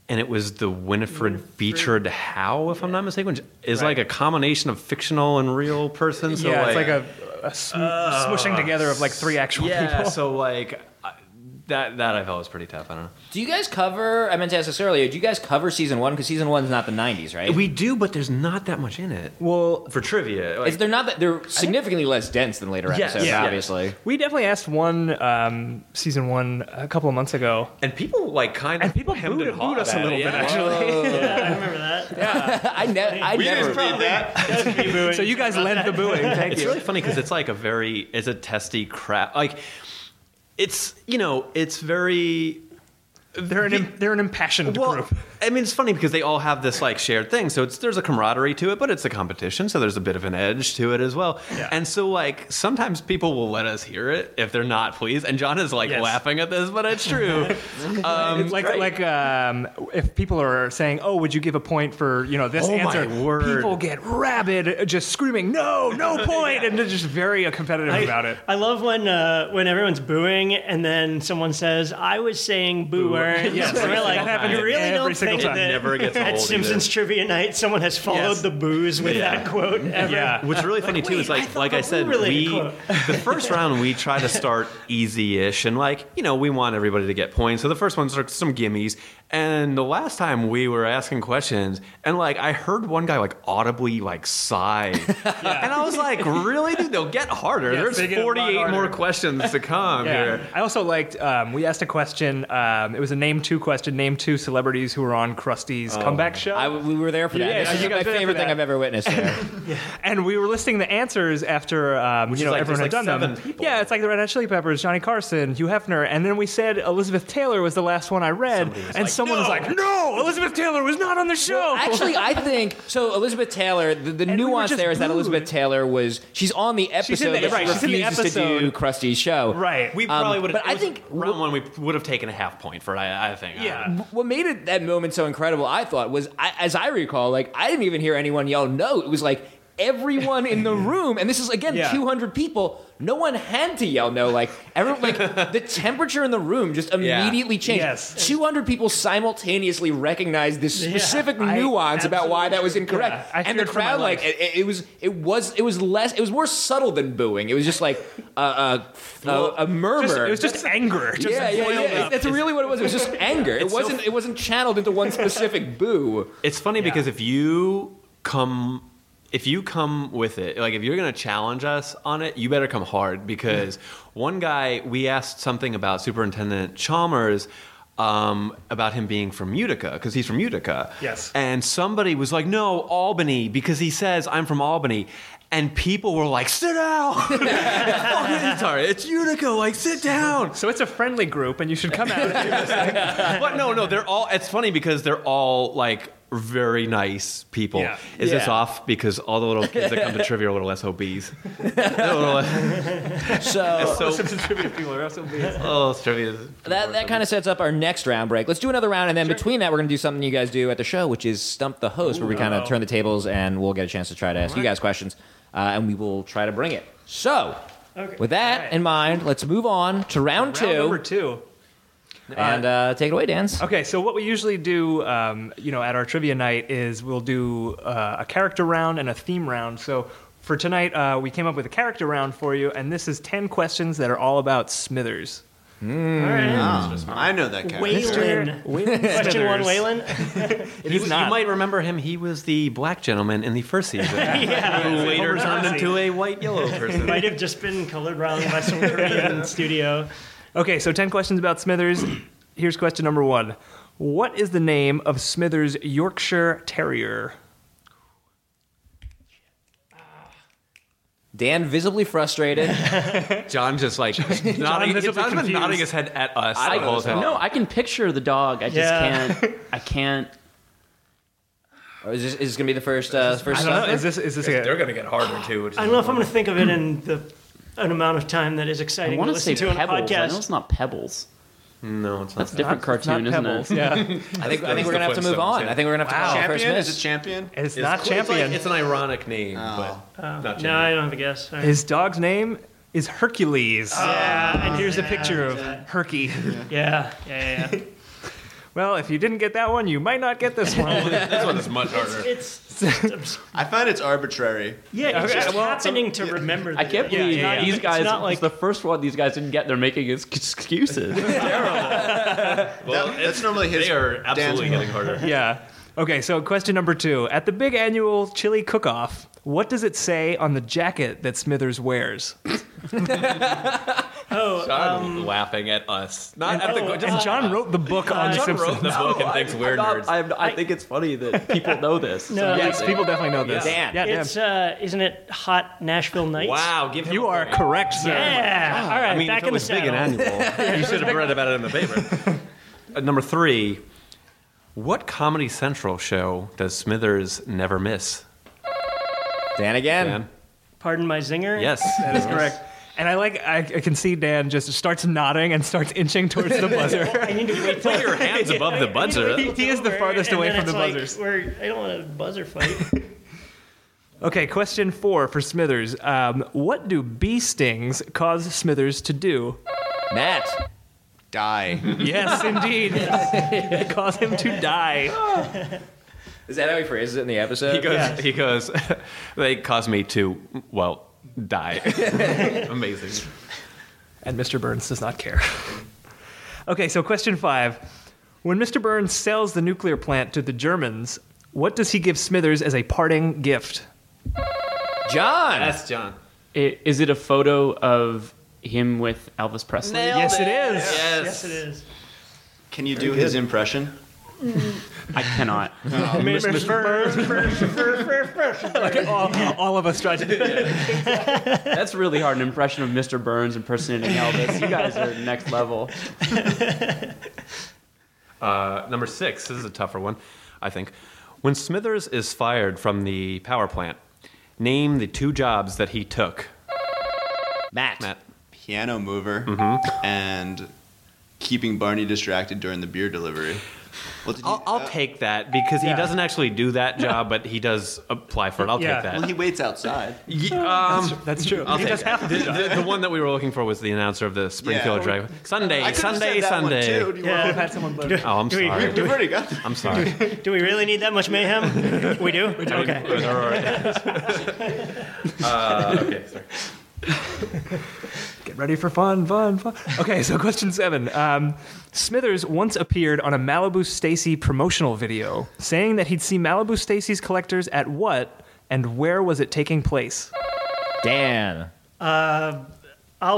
S2: And it was the Winifred, Beecher Howe, if I'm not mistaken, which is
S5: Right.
S2: like a combination of fictional and real person. So
S5: yeah, it's like a, a sm- smooshing together of like three actual
S2: yeah,
S5: people.
S2: so like I- that that I felt was pretty tough. I don't know.
S1: Do you guys cover? I meant to ask this earlier. Do you guys cover season one? Because season one's not the '90s, right?
S2: We do, but there's not that much in it.
S5: Well,
S2: For trivia, like,
S1: It's- they're not. That, they're significantly less dense than later
S2: Yes,
S1: episodes,
S2: yeah.
S1: obviously.
S5: we definitely asked one um, season one a couple of months ago.
S2: and people like kind of
S5: And people
S2: hemmed
S5: booed-
S2: and hawed
S5: booed us a
S2: about it,
S5: little bit,
S2: yeah.
S5: actually.
S4: I remember that.
S1: I, ne- I
S6: We
S1: never.
S6: just did that.
S5: so you guys lent the booing. Thank
S2: it's
S5: you.
S2: really funny because it's like a very it's a testy crap. Like it's you know it's very
S5: They're an im- they're an impassioned
S2: well.
S5: group.
S2: I mean, it's funny because they all have this like shared thing. So it's there's a camaraderie to it, but it's a competition. So there's a bit of an edge to it as well.
S5: Yeah.
S2: And so like sometimes people will let us hear it if they're not pleased. And John is like
S5: Yes.
S2: laughing at this, but it's true. um,
S5: It's like like um, if people are saying, "Oh, would you give a point for you know this
S2: Oh, my
S5: answer?"
S2: word.
S5: People get rabid, uh, just screaming, "No, no point!" and they're just very uh, competitive about it.
S4: I love when uh, when everyone's booing and then someone says, "I was saying boo words."
S5: Yes.
S4: We're like,
S5: That happens
S4: you really
S5: every
S4: don't
S5: single
S4: think
S5: time.
S4: that
S2: Never gets
S4: at
S2: old,
S4: Simpsons Trivia Night someone has followed
S5: Yes.
S4: the boos with that quote ever.
S5: Yeah.
S2: What's really funny too is
S4: wait, I
S2: like
S4: thought
S2: like
S4: that
S2: I
S4: was
S2: said,
S4: related
S2: we
S4: quote.
S2: the first round we try to start easy-ish and like you know we want everybody to get points. So the first one's like some gimmies, and the last time we were asking questions and like I heard one guy like audibly like sigh, and I was like, really, dude, they'll get harder.
S5: Yes, they
S2: There's
S5: get a lot
S2: 48 more
S5: harder.
S2: questions to come here.
S5: I also liked. Um, we asked a question. Um, it was a name two question. Name two celebrities who were on Krusty's comeback show,
S1: I, we were there for that.
S5: Yeah,
S1: this
S5: you
S1: is
S5: guys
S1: my
S5: did it for
S1: favorite thing
S5: that.
S1: I've ever witnessed. There.
S5: and we were listing the answers after um, you
S2: is
S5: know
S2: like-
S5: everyone had
S2: there's
S5: done
S2: like
S5: them.
S2: seven people.
S5: Yeah, it's like the Red Hot Chili Peppers, Johnny Carson, Hugh Hefner, and then we said Elizabeth Taylor was the last one I read, and someone was like, "No, Elizabeth Taylor was not on the show."
S1: Actually, I think so. Elizabeth Taylor. The, the
S5: we were
S1: nuance
S5: just
S1: there is that Elizabeth
S5: booed.
S1: Taylor was she's on the episode
S5: in the-
S1: that
S5: right,
S1: she
S5: she's in the
S1: refuses to do
S5: episode.
S1: Krusty's show.
S5: right.
S2: We
S5: We
S2: probably would.
S1: but I think-
S2: round one we would have taken a half point for. I, I think.
S5: yeah.
S1: What made it that moment so incredible, I thought, was I, as I recall, like I didn't even hear anyone yell no. It was like everyone in the room, and this is again
S5: Yeah.
S1: 200 people. No one had to yell no. Like everyone, like the temperature in the room just immediately changed.
S5: Yes.
S1: 200 people simultaneously recognized this specific
S5: I
S1: nuance about why
S5: absolutely-
S1: that was incorrect,
S5: Yeah, I
S1: and the
S5: feared for my
S1: crowd, like
S5: life.
S1: it, it- it was it was it was less it was more subtle than booing. It was just like a a, a, a murmur.
S5: Just- it was just anger. Just
S1: yeah, yeah,
S5: boiled
S1: yeah.
S5: up.
S1: That's really what it was. It was just anger. It
S2: It's so-
S1: wasn't. It wasn't channeled into one specific boo.
S2: It's funny because if you come if you come with it, like if you're going to challenge us on it, you better come hard because one guy we asked something about Superintendent Chalmers um, about him being from Utica because he's from Utica.
S5: Yes.
S2: And somebody was like, "No, Albany because he says I'm from Albany." And people were like, "Sit down." Fucking- Sorry, it's Utica. Like, sit down.
S5: So it's a friendly group, and you should come out.
S2: But no, no, they're all. It's funny because they're all like very nice people.
S5: Yeah.
S2: Is this
S1: Yeah.
S2: off? Because all the little kids that come to trivia are little SOBs. They're little-
S1: So
S2: so,
S5: people are also being
S2: oh, it's trivia.
S1: that that kind of sets up our next round break. Let's do another round, and then between that, we're gonna do something you guys do at the show, which is stump the host, where we kind of turn the tables, and we'll get a chance to try to ask you guys questions, uh, and we will try to bring it. So.
S4: Okay.
S1: With that
S5: All right.
S1: in mind, let's move on to round,
S5: Round
S1: two,
S5: number two.
S1: and uh, take it away, Dan's.
S5: Okay, so what we usually do, um, you know, at our trivia night is we'll do uh, a character round and a theme round. So for tonight, uh, we came up with a character round for you, and this is ten questions that are all about Smithers.
S4: All
S6: Mm.
S4: right.
S6: Um, I know that character.
S4: Waylon. Question one, Waylon.
S2: You,
S5: not.
S2: you might remember him. He was the black gentleman in the first season, who later
S5: Homer
S2: turned
S5: Nazi.
S2: into a white yellow person.
S4: Um, Might have just been colored brown by some Korean studio.
S5: Okay, so ten questions about Smithers. Here's question number one: What is the name of Smithers' Yorkshire Terrier?
S1: Dan visibly frustrated.
S2: John just like nodding,
S5: visibly
S2: John's been
S5: confused.
S2: nodding his head at us the whole time.
S7: No, I can picture the dog. I just
S4: Yeah.
S7: can't. I can't.
S1: Or is, this, is this gonna be the first uh, first?
S5: I don't know.
S1: stump?
S5: Is this is this a,
S2: They're gonna get harder too. Which is
S4: I don't know if I'm going to think of it in the an amount of time that is
S7: I
S4: exciting
S7: want
S4: to
S7: to say
S4: listen to on a
S7: pebbles. I know
S4: podcast.
S7: it's not pebbles.
S2: no, it's not.
S7: That's a different
S5: It's not
S7: cartoon, isn't
S5: Pebbles,
S7: it?
S5: Yeah,
S1: I think, I think
S2: the
S1: we're gonna have to move
S2: Flintstones,
S1: on.
S2: yeah.
S1: I think we're gonna have to call our first
S6: Champion?
S1: miss.
S6: Is it champion?
S5: it's
S2: It's
S5: not
S2: cool. It's like-
S5: champion.
S2: It's, an ironic name, but not
S4: No, I don't have a guess. All right.
S5: His dog's name is Hercules.
S4: yeah,
S5: and here's a picture of
S4: Uh, yeah.
S5: Herky.
S4: yeah, yeah, yeah.
S5: Well, if you didn't get that one, you might not get this one.
S2: This one is much harder.
S4: it's
S6: I find it's arbitrary.
S4: Yeah, it's
S5: Okay,
S4: just
S5: well,
S4: happening to remember.
S7: I
S4: that.
S7: can't
S5: Yeah,
S7: believe
S5: yeah, yeah.
S7: these
S4: It's
S7: guys. It's
S4: not like-
S7: the first one these guys didn't get. They're making ex- excuses.
S6: That- that's normally his.
S2: They are absolutely
S6: dance
S2: getting harder.
S5: yeah. Okay, so question number two. At the big annual chili cook off, what does it say on the jacket that Smithers wears?
S4: oh,
S2: John laughing at us. Um, Not at the. Just,
S5: And John wrote the book on The
S2: John
S5: Simpsons.
S2: wrote the book and thinks we're
S7: I'm not-
S2: nerds.
S7: I'm- i think it's funny that people know this.
S4: No,
S5: yes, people definitely know this.
S1: Dan.
S5: Yeah, Dan.
S4: it's uh, isn't it hot Nashville nights?
S2: wow, give him
S5: You
S2: a
S5: are
S2: break.
S5: correct, sir.
S4: Yeah. All right,
S2: I mean,
S4: back
S2: if it
S4: in the
S2: was big and
S4: saddle.
S2: annual, you should have read about it in the paper. Uh, number three, what Comedy Central show does Smithers never miss?
S1: Dan again.
S2: Dan?
S4: Pardon my zinger.
S2: Yes,
S5: That is correct. And I like I, I can see Dan just starts nodding and starts inching towards the buzzer.
S4: I need to wait till
S2: Put your hands above the buzzer.
S5: He- he is the farthest away from the buzzers.
S4: We're, I don't want a buzzer fight.
S5: okay, question four for Smithers. Um, what do bee stings cause Smithers to do?
S1: Matt.
S6: Die.
S5: Yes, indeed. they cause him to die.
S1: Is that how he phrases it in the episode?
S2: He goes. He goes. they caused me to well die. Amazing.
S5: And Mr. Burns does not care. okay, so question five. When Mr. Burns sells the nuclear plant to the Germans, what does he give Smithers as a parting gift?
S1: John.
S2: That's John.
S7: I- Is it a photo of him with Elvis Presley?
S5: yes, it is.
S4: yes, it is.
S6: Can you do his impression?
S7: I cannot.
S4: Mr. Burns, Burns, Burns, Burns, Burns.
S5: all, all of us tried to do that.
S7: That's really hard. An impression of Mr. Burns impersonating Elvis. You guys are next level.
S2: Uh, number six. This is a tougher one, I think. When Smithers is fired from the power plant, name the two jobs that he took.
S1: Matt.
S2: Matt.
S6: Piano mover
S2: Mm-hmm.
S6: and keeping Barney distracted during the beer delivery. Well, did you,
S2: I'll, I'll take that because he
S5: Yeah.
S2: doesn't actually do that job, but he does apply for it. I'll
S5: Yeah.
S2: take
S6: well,
S2: that.
S6: he waits outside.
S2: Ye- um,
S5: That's true.
S2: I'll
S5: he
S2: take
S5: does
S2: that.
S5: half of
S2: The,
S5: it.
S2: the- the one that we were looking for was the announcer of the Springfield
S6: Yeah.
S2: Drive. Sunday,
S6: I could've
S2: Sunday,
S6: said that one,
S2: Sunday.
S6: too. Do you
S4: Yeah.
S6: want-
S5: I've had someone blow it.
S2: Oh, I'm
S4: Do we-
S2: sorry.
S6: We've already got
S2: I'm sorry.
S4: Do we really need that much mayhem? we do. Okay.
S2: It was all right. Uh, okay, sorry.
S5: Get ready for fun, fun, fun. Okay, so question seven. Um, Smithers once appeared on a Malibu Stacy promotional video saying that he'd see Malibu Stacy's collectors at what and where was it taking place?
S1: Dan.
S4: I'll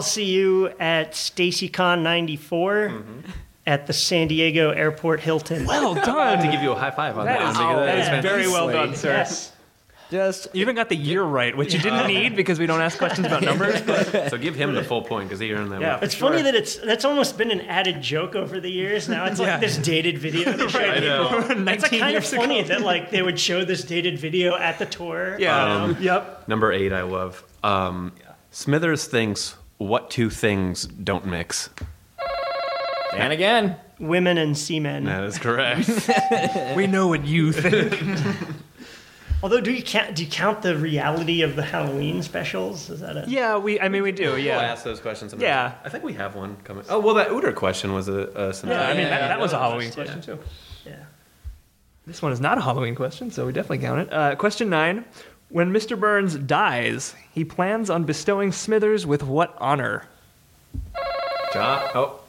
S4: see you at StacyCon '94
S2: Mm-hmm.
S4: at the San Diego Airport Hilton.
S5: Well
S2: To
S5: done.
S2: give you a high five on that.
S5: That is, that is very well done, sir.
S4: Yes.
S1: Just
S5: You even got the year right, which you didn't need because we don't ask questions about numbers. But
S2: So give him the full point because he earned that.
S5: yeah,
S2: one.
S4: It's funny that it's that's almost been an added joke over the years. Now it's like
S5: Yeah.
S4: this dated video. They show
S2: I
S4: people.
S2: know.
S4: It's like
S5: 19
S4: kind of
S5: years ago.
S4: funny that like they would show this dated video at the tour.
S5: Yeah.
S4: Um,
S5: yep.
S2: Number eight, I love. Um, Smithers thinks what two things don't mix.
S1: Dan again.
S4: Women and seamen.
S2: That is correct.
S5: We know what you think.
S4: Although, do you count do you count the reality of the Halloween specials? Is that a
S5: yeah, we. I mean, we do.
S2: We'll
S5: Yeah.
S2: ask those questions. sometimes.
S5: Yeah.
S2: I think we have one coming. Oh well, that Uter question was a, a scenario.
S5: I mean, that, that was a Halloween
S4: Yeah.
S5: question too.
S4: yeah.
S5: This one is not a Halloween question, so we definitely count it. Uh, question nine: When Mr. Burns dies, he plans on bestowing Smithers with what honor?
S2: John. Oh,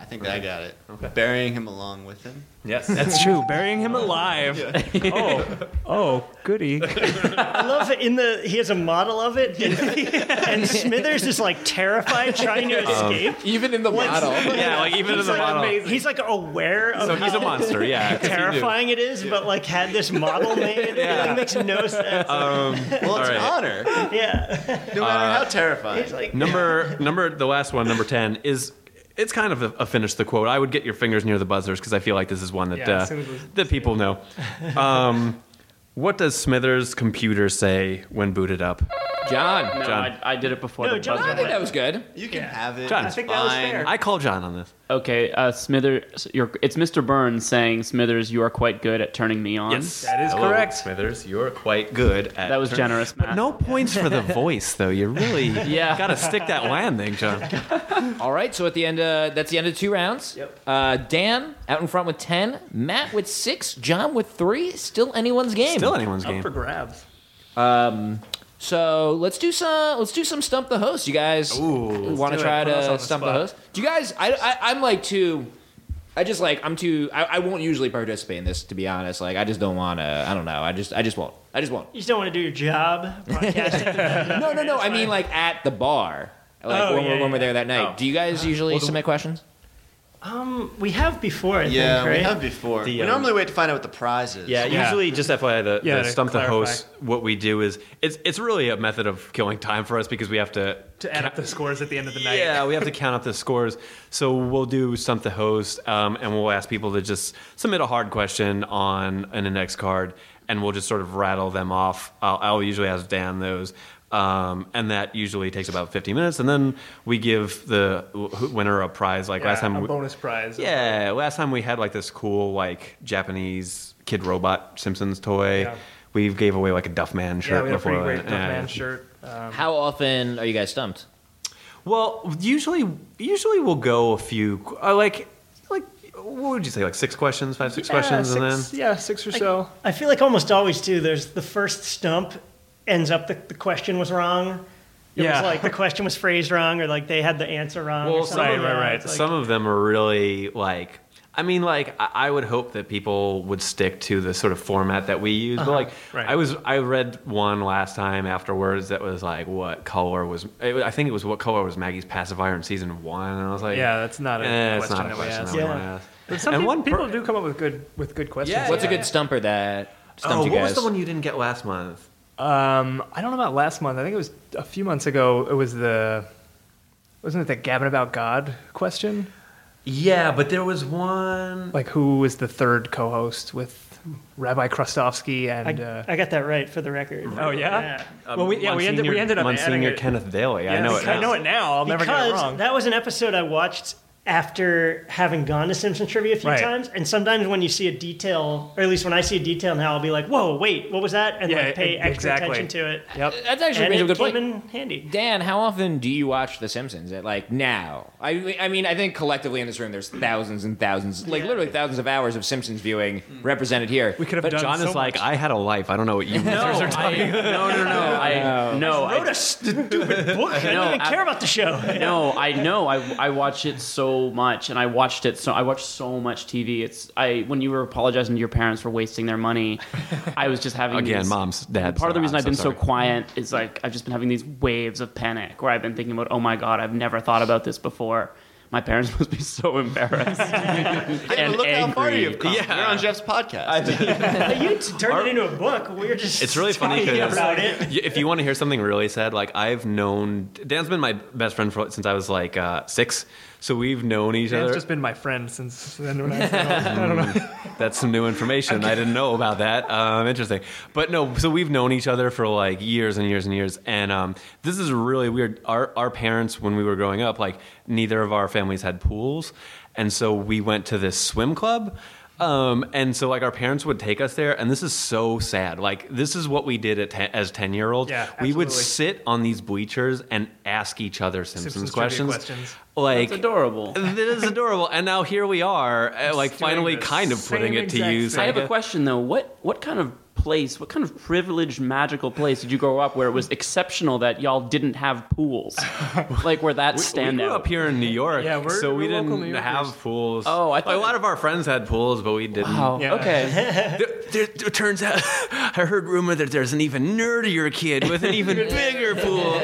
S6: I think I got it. Burying him along with him.
S2: yes.
S5: That's true. Burying him alive. Oh, oh, goody.
S4: I love it in the he has a model of it, and, and Smithers is like terrified, trying
S5: Um,
S4: to escape.
S1: Even in the model.
S2: yeah, like even in
S4: He's
S2: the
S4: like,
S2: model.
S4: he's like aware of
S2: So
S4: how
S2: he's a monster. Yeah. 'cause he knew.
S4: terrifying it is, but like had this model made. It makes no sense.
S6: Well, it's
S2: All
S6: an
S2: right.
S6: honor.
S4: yeah,
S6: No matter
S2: Uh,
S6: how terrifying.
S4: it's like
S2: Number number the last one, number ten is. It's kind of a, a finish the quote. I would get your fingers near the buzzers because I feel like this is one that
S5: Yeah, as
S2: uh,
S5: soon as we-
S2: that people know. Um, what does Smithers' computer say when booted up?
S1: John.
S7: No,
S2: John.
S7: I, I did it before.
S4: No,
S7: the
S4: John,
S1: I
S7: buzzer.
S1: think that was good.
S6: You can have it.
S2: John, I
S6: it's
S5: think that was
S6: fine.
S5: fair.
S2: I call John on this.
S7: Okay, uh, Smithers, you're, it's Mr. Burns saying, Smithers, you are quite good at turning me on.
S5: That is
S2: Hello,
S5: correct.
S2: Smithers, you're quite good at.
S7: That was
S2: turn-
S7: generous,
S2: But
S7: Matt.
S2: no points for the voice, though. You really
S7: Yeah.
S2: got to stick that landing, John.
S1: All right, so at the end, uh, that's the end of two rounds.
S5: Yep.
S1: Uh, Dan out in front with ten, Matt with six, John with three. Still anyone's game.
S2: Still anyone's
S5: Up
S2: game.
S5: for grabs.
S1: So let's do some. Let's do some stump the host. You guys want to
S5: do it.
S1: try
S5: Put us on
S1: to
S5: the
S1: stump the
S5: spot.
S1: host? Do you guys? I, I I'm like too. I just like I'm too. I, I won't usually participate in this to be honest. Like I just don't want to. I don't know. I just I just won't. I just won't.
S4: You just don't want to do your job. Broadcasting.
S1: No no no. I mean like at the bar. Like
S4: Oh,
S1: when,
S4: yeah,
S1: we're, when we're
S4: yeah.
S1: there that night.
S2: Oh.
S1: Do you guys usually submit questions?
S4: um, we have before, I
S6: yeah,
S4: think, right?
S6: we have before.
S2: The,
S6: we
S2: um,
S6: normally wait to find out what the prize is.
S2: Yeah,
S5: Yeah.
S2: usually just FYI, the,
S5: Yeah,
S2: the
S5: to
S2: stump
S5: clarify.
S2: the host. What we do is it's it's really a method of killing time for us because we have to
S5: To add up the scores at the end of the night.
S2: yeah we have to count up the scores. So we'll do stump the host, um, and we'll ask people to just submit a hard question on an index card, and we'll just sort of rattle them off. I'll, I'll usually ask Dan those. Um, and that usually takes about 15 minutes, and then we give the wh- winner a prize. Like
S5: Yeah,
S2: last time,
S5: a
S2: we-
S5: bonus prize.
S2: yeah, last time we had like this cool like Japanese kid robot Simpsons toy.
S5: Yeah.
S2: We gave away like a Duffman shirt
S5: Yeah, we had a
S2: before.
S5: pretty great
S2: and-
S5: Duck
S2: yeah.
S5: Man shirt. Um,
S1: How often are you guys stumped?
S2: Well, usually usually we'll go a few uh, like like what would you say like six questions, five six questions,
S5: yeah,
S2: and then
S5: six, yeah, six or so.
S4: I feel like almost always too. There's the first stump ends up the, the question was wrong. It
S5: Yeah.
S4: was like the question was phrased wrong, or like they had the answer wrong. or
S2: Well,
S4: something.
S5: right, right,
S4: Yeah,
S5: right.
S4: it's like-
S2: some of them are really like I mean, like I I would hope that people would stick to the sort of format that we use, but like
S5: Uh-huh. right.
S2: I was, I read one last time afterwards that was like, what color was? It, was- I think it was what color was Maggie's pacifier in season one, and I was like,
S5: Yeah, that's not a
S2: eh, it's not
S5: question
S2: a
S5: that we
S2: question
S5: asked.
S2: that we
S4: Yeah.
S2: want to ask.
S5: But some
S2: And
S5: people,
S2: one per-
S5: people do come up with good with good questions.
S1: What's a good stumper that stumped
S2: Oh,
S1: you
S2: what
S1: guys?
S2: was the one you didn't get last month?
S5: Um, I don't know about last month. I think it was a few months ago. It was the wasn't it the Gavin about God question?
S2: Yeah, but there was one.
S5: Like who was the third co-host with Rabbi Krustofsky
S4: I,
S5: and? uh,
S4: I got that right for the record.
S5: Oh yeah. well, we, yeah, we ended, we ended up adding
S2: Um, Monsignor
S5: it.
S2: Kenneth Daly. I
S5: Yeah,
S2: know it.
S5: because- I know it now. I'll never get it
S4: because
S5: wrong.
S4: that was an episode I watched after having gone to Simpsons trivia a few
S5: Right.
S4: times, and sometimes when you see a detail, or at least when I see a detail now, I'll be like, "Whoa, wait, what was that?" and
S5: Yeah,
S4: like pay
S5: e-
S4: extra
S5: exactly.
S4: attention to it.
S5: yep.
S1: That's actually
S4: And
S1: brings up
S4: it
S1: a good
S4: came
S1: point.
S4: in handy.
S1: Dan, how often do you watch The Simpsons? At like now, I, I mean, I think collectively in this room, there's thousands and thousands, like literally thousands of hours of Simpsons viewing represented here.
S5: We could have
S1: But
S5: done
S2: John
S5: so
S2: is like,
S5: much.
S2: I had a life. I don't know what you losers are talking about.
S7: Oh, No, no, no. I, no, I,
S4: Wrote a stupid book. I
S7: No,
S4: don't even
S7: I-
S4: care about the show.
S7: no, I know. I, I watch it so much, and I watched it so I watched so much TV. It's I when you were apologizing to your parents for wasting their money, I was just having
S2: Again,
S7: these-
S2: moms, dads,
S7: Part of the reason
S2: I'm
S7: I've been
S2: so
S7: so
S2: sorry.
S7: quiet is like I've just been having these waves of panic where I've been thinking about, oh my god, I've never thought about this before. My parents must be so embarrassed
S6: Hey,
S7: and
S6: but look how far
S7: angry.
S6: you've come.
S2: Yeah.
S6: You're on Jeff's podcast.
S4: you t- turned it into a book. We were just
S2: It's really funny
S4: talking
S2: 'cause-
S4: about it.
S2: Y- if you want to hear something really sad, like I've known Dan's been my best friend for, since I was like uh, six, so we've known each
S5: Dan's
S2: other.
S5: just been my friend since then. When I, was little. I don't know.
S2: That's some new information. I didn't know about that. Um, interesting. But no, so we've known each other for like years and years and years. And um, this is really weird. Our, our parents, when we were growing up, like neither of our families had pools. And so we went to this swim club. Um, and so like our parents would take us there. And this is so sad. Like this is what we did at ten, as 10 year olds.
S5: Yeah,
S2: we would
S5: absolutely.
S2: sit on these bleachers and ask each other Simpsons,
S5: Simpsons trivia
S2: questions.
S5: questions.
S2: Like
S7: It's adorable.
S2: it is adorable, and now here we are, uh, like
S5: doing
S2: finally
S5: the
S2: kind of putting
S5: same
S2: it to
S5: exact
S2: use.
S5: thing.
S7: I have a
S2: guess.
S7: question though. What what kind of place, what kind of privileged magical place did you grow up where it was exceptional that y'all didn't have pools? like where that stand
S2: we grew
S7: out.
S2: up here in New York,
S5: Yeah, we're-
S2: so we
S5: we're local
S2: didn't
S5: New
S2: have
S5: Yorkers.
S2: pools.
S7: Oh, I
S2: Like, a
S7: thought-
S2: lot of our friends had pools, but we didn't.
S7: Wow.
S5: Yeah.
S7: Okay.
S2: There, there, it turns out I heard rumor that there's an even nerdier kid with an even bigger pool.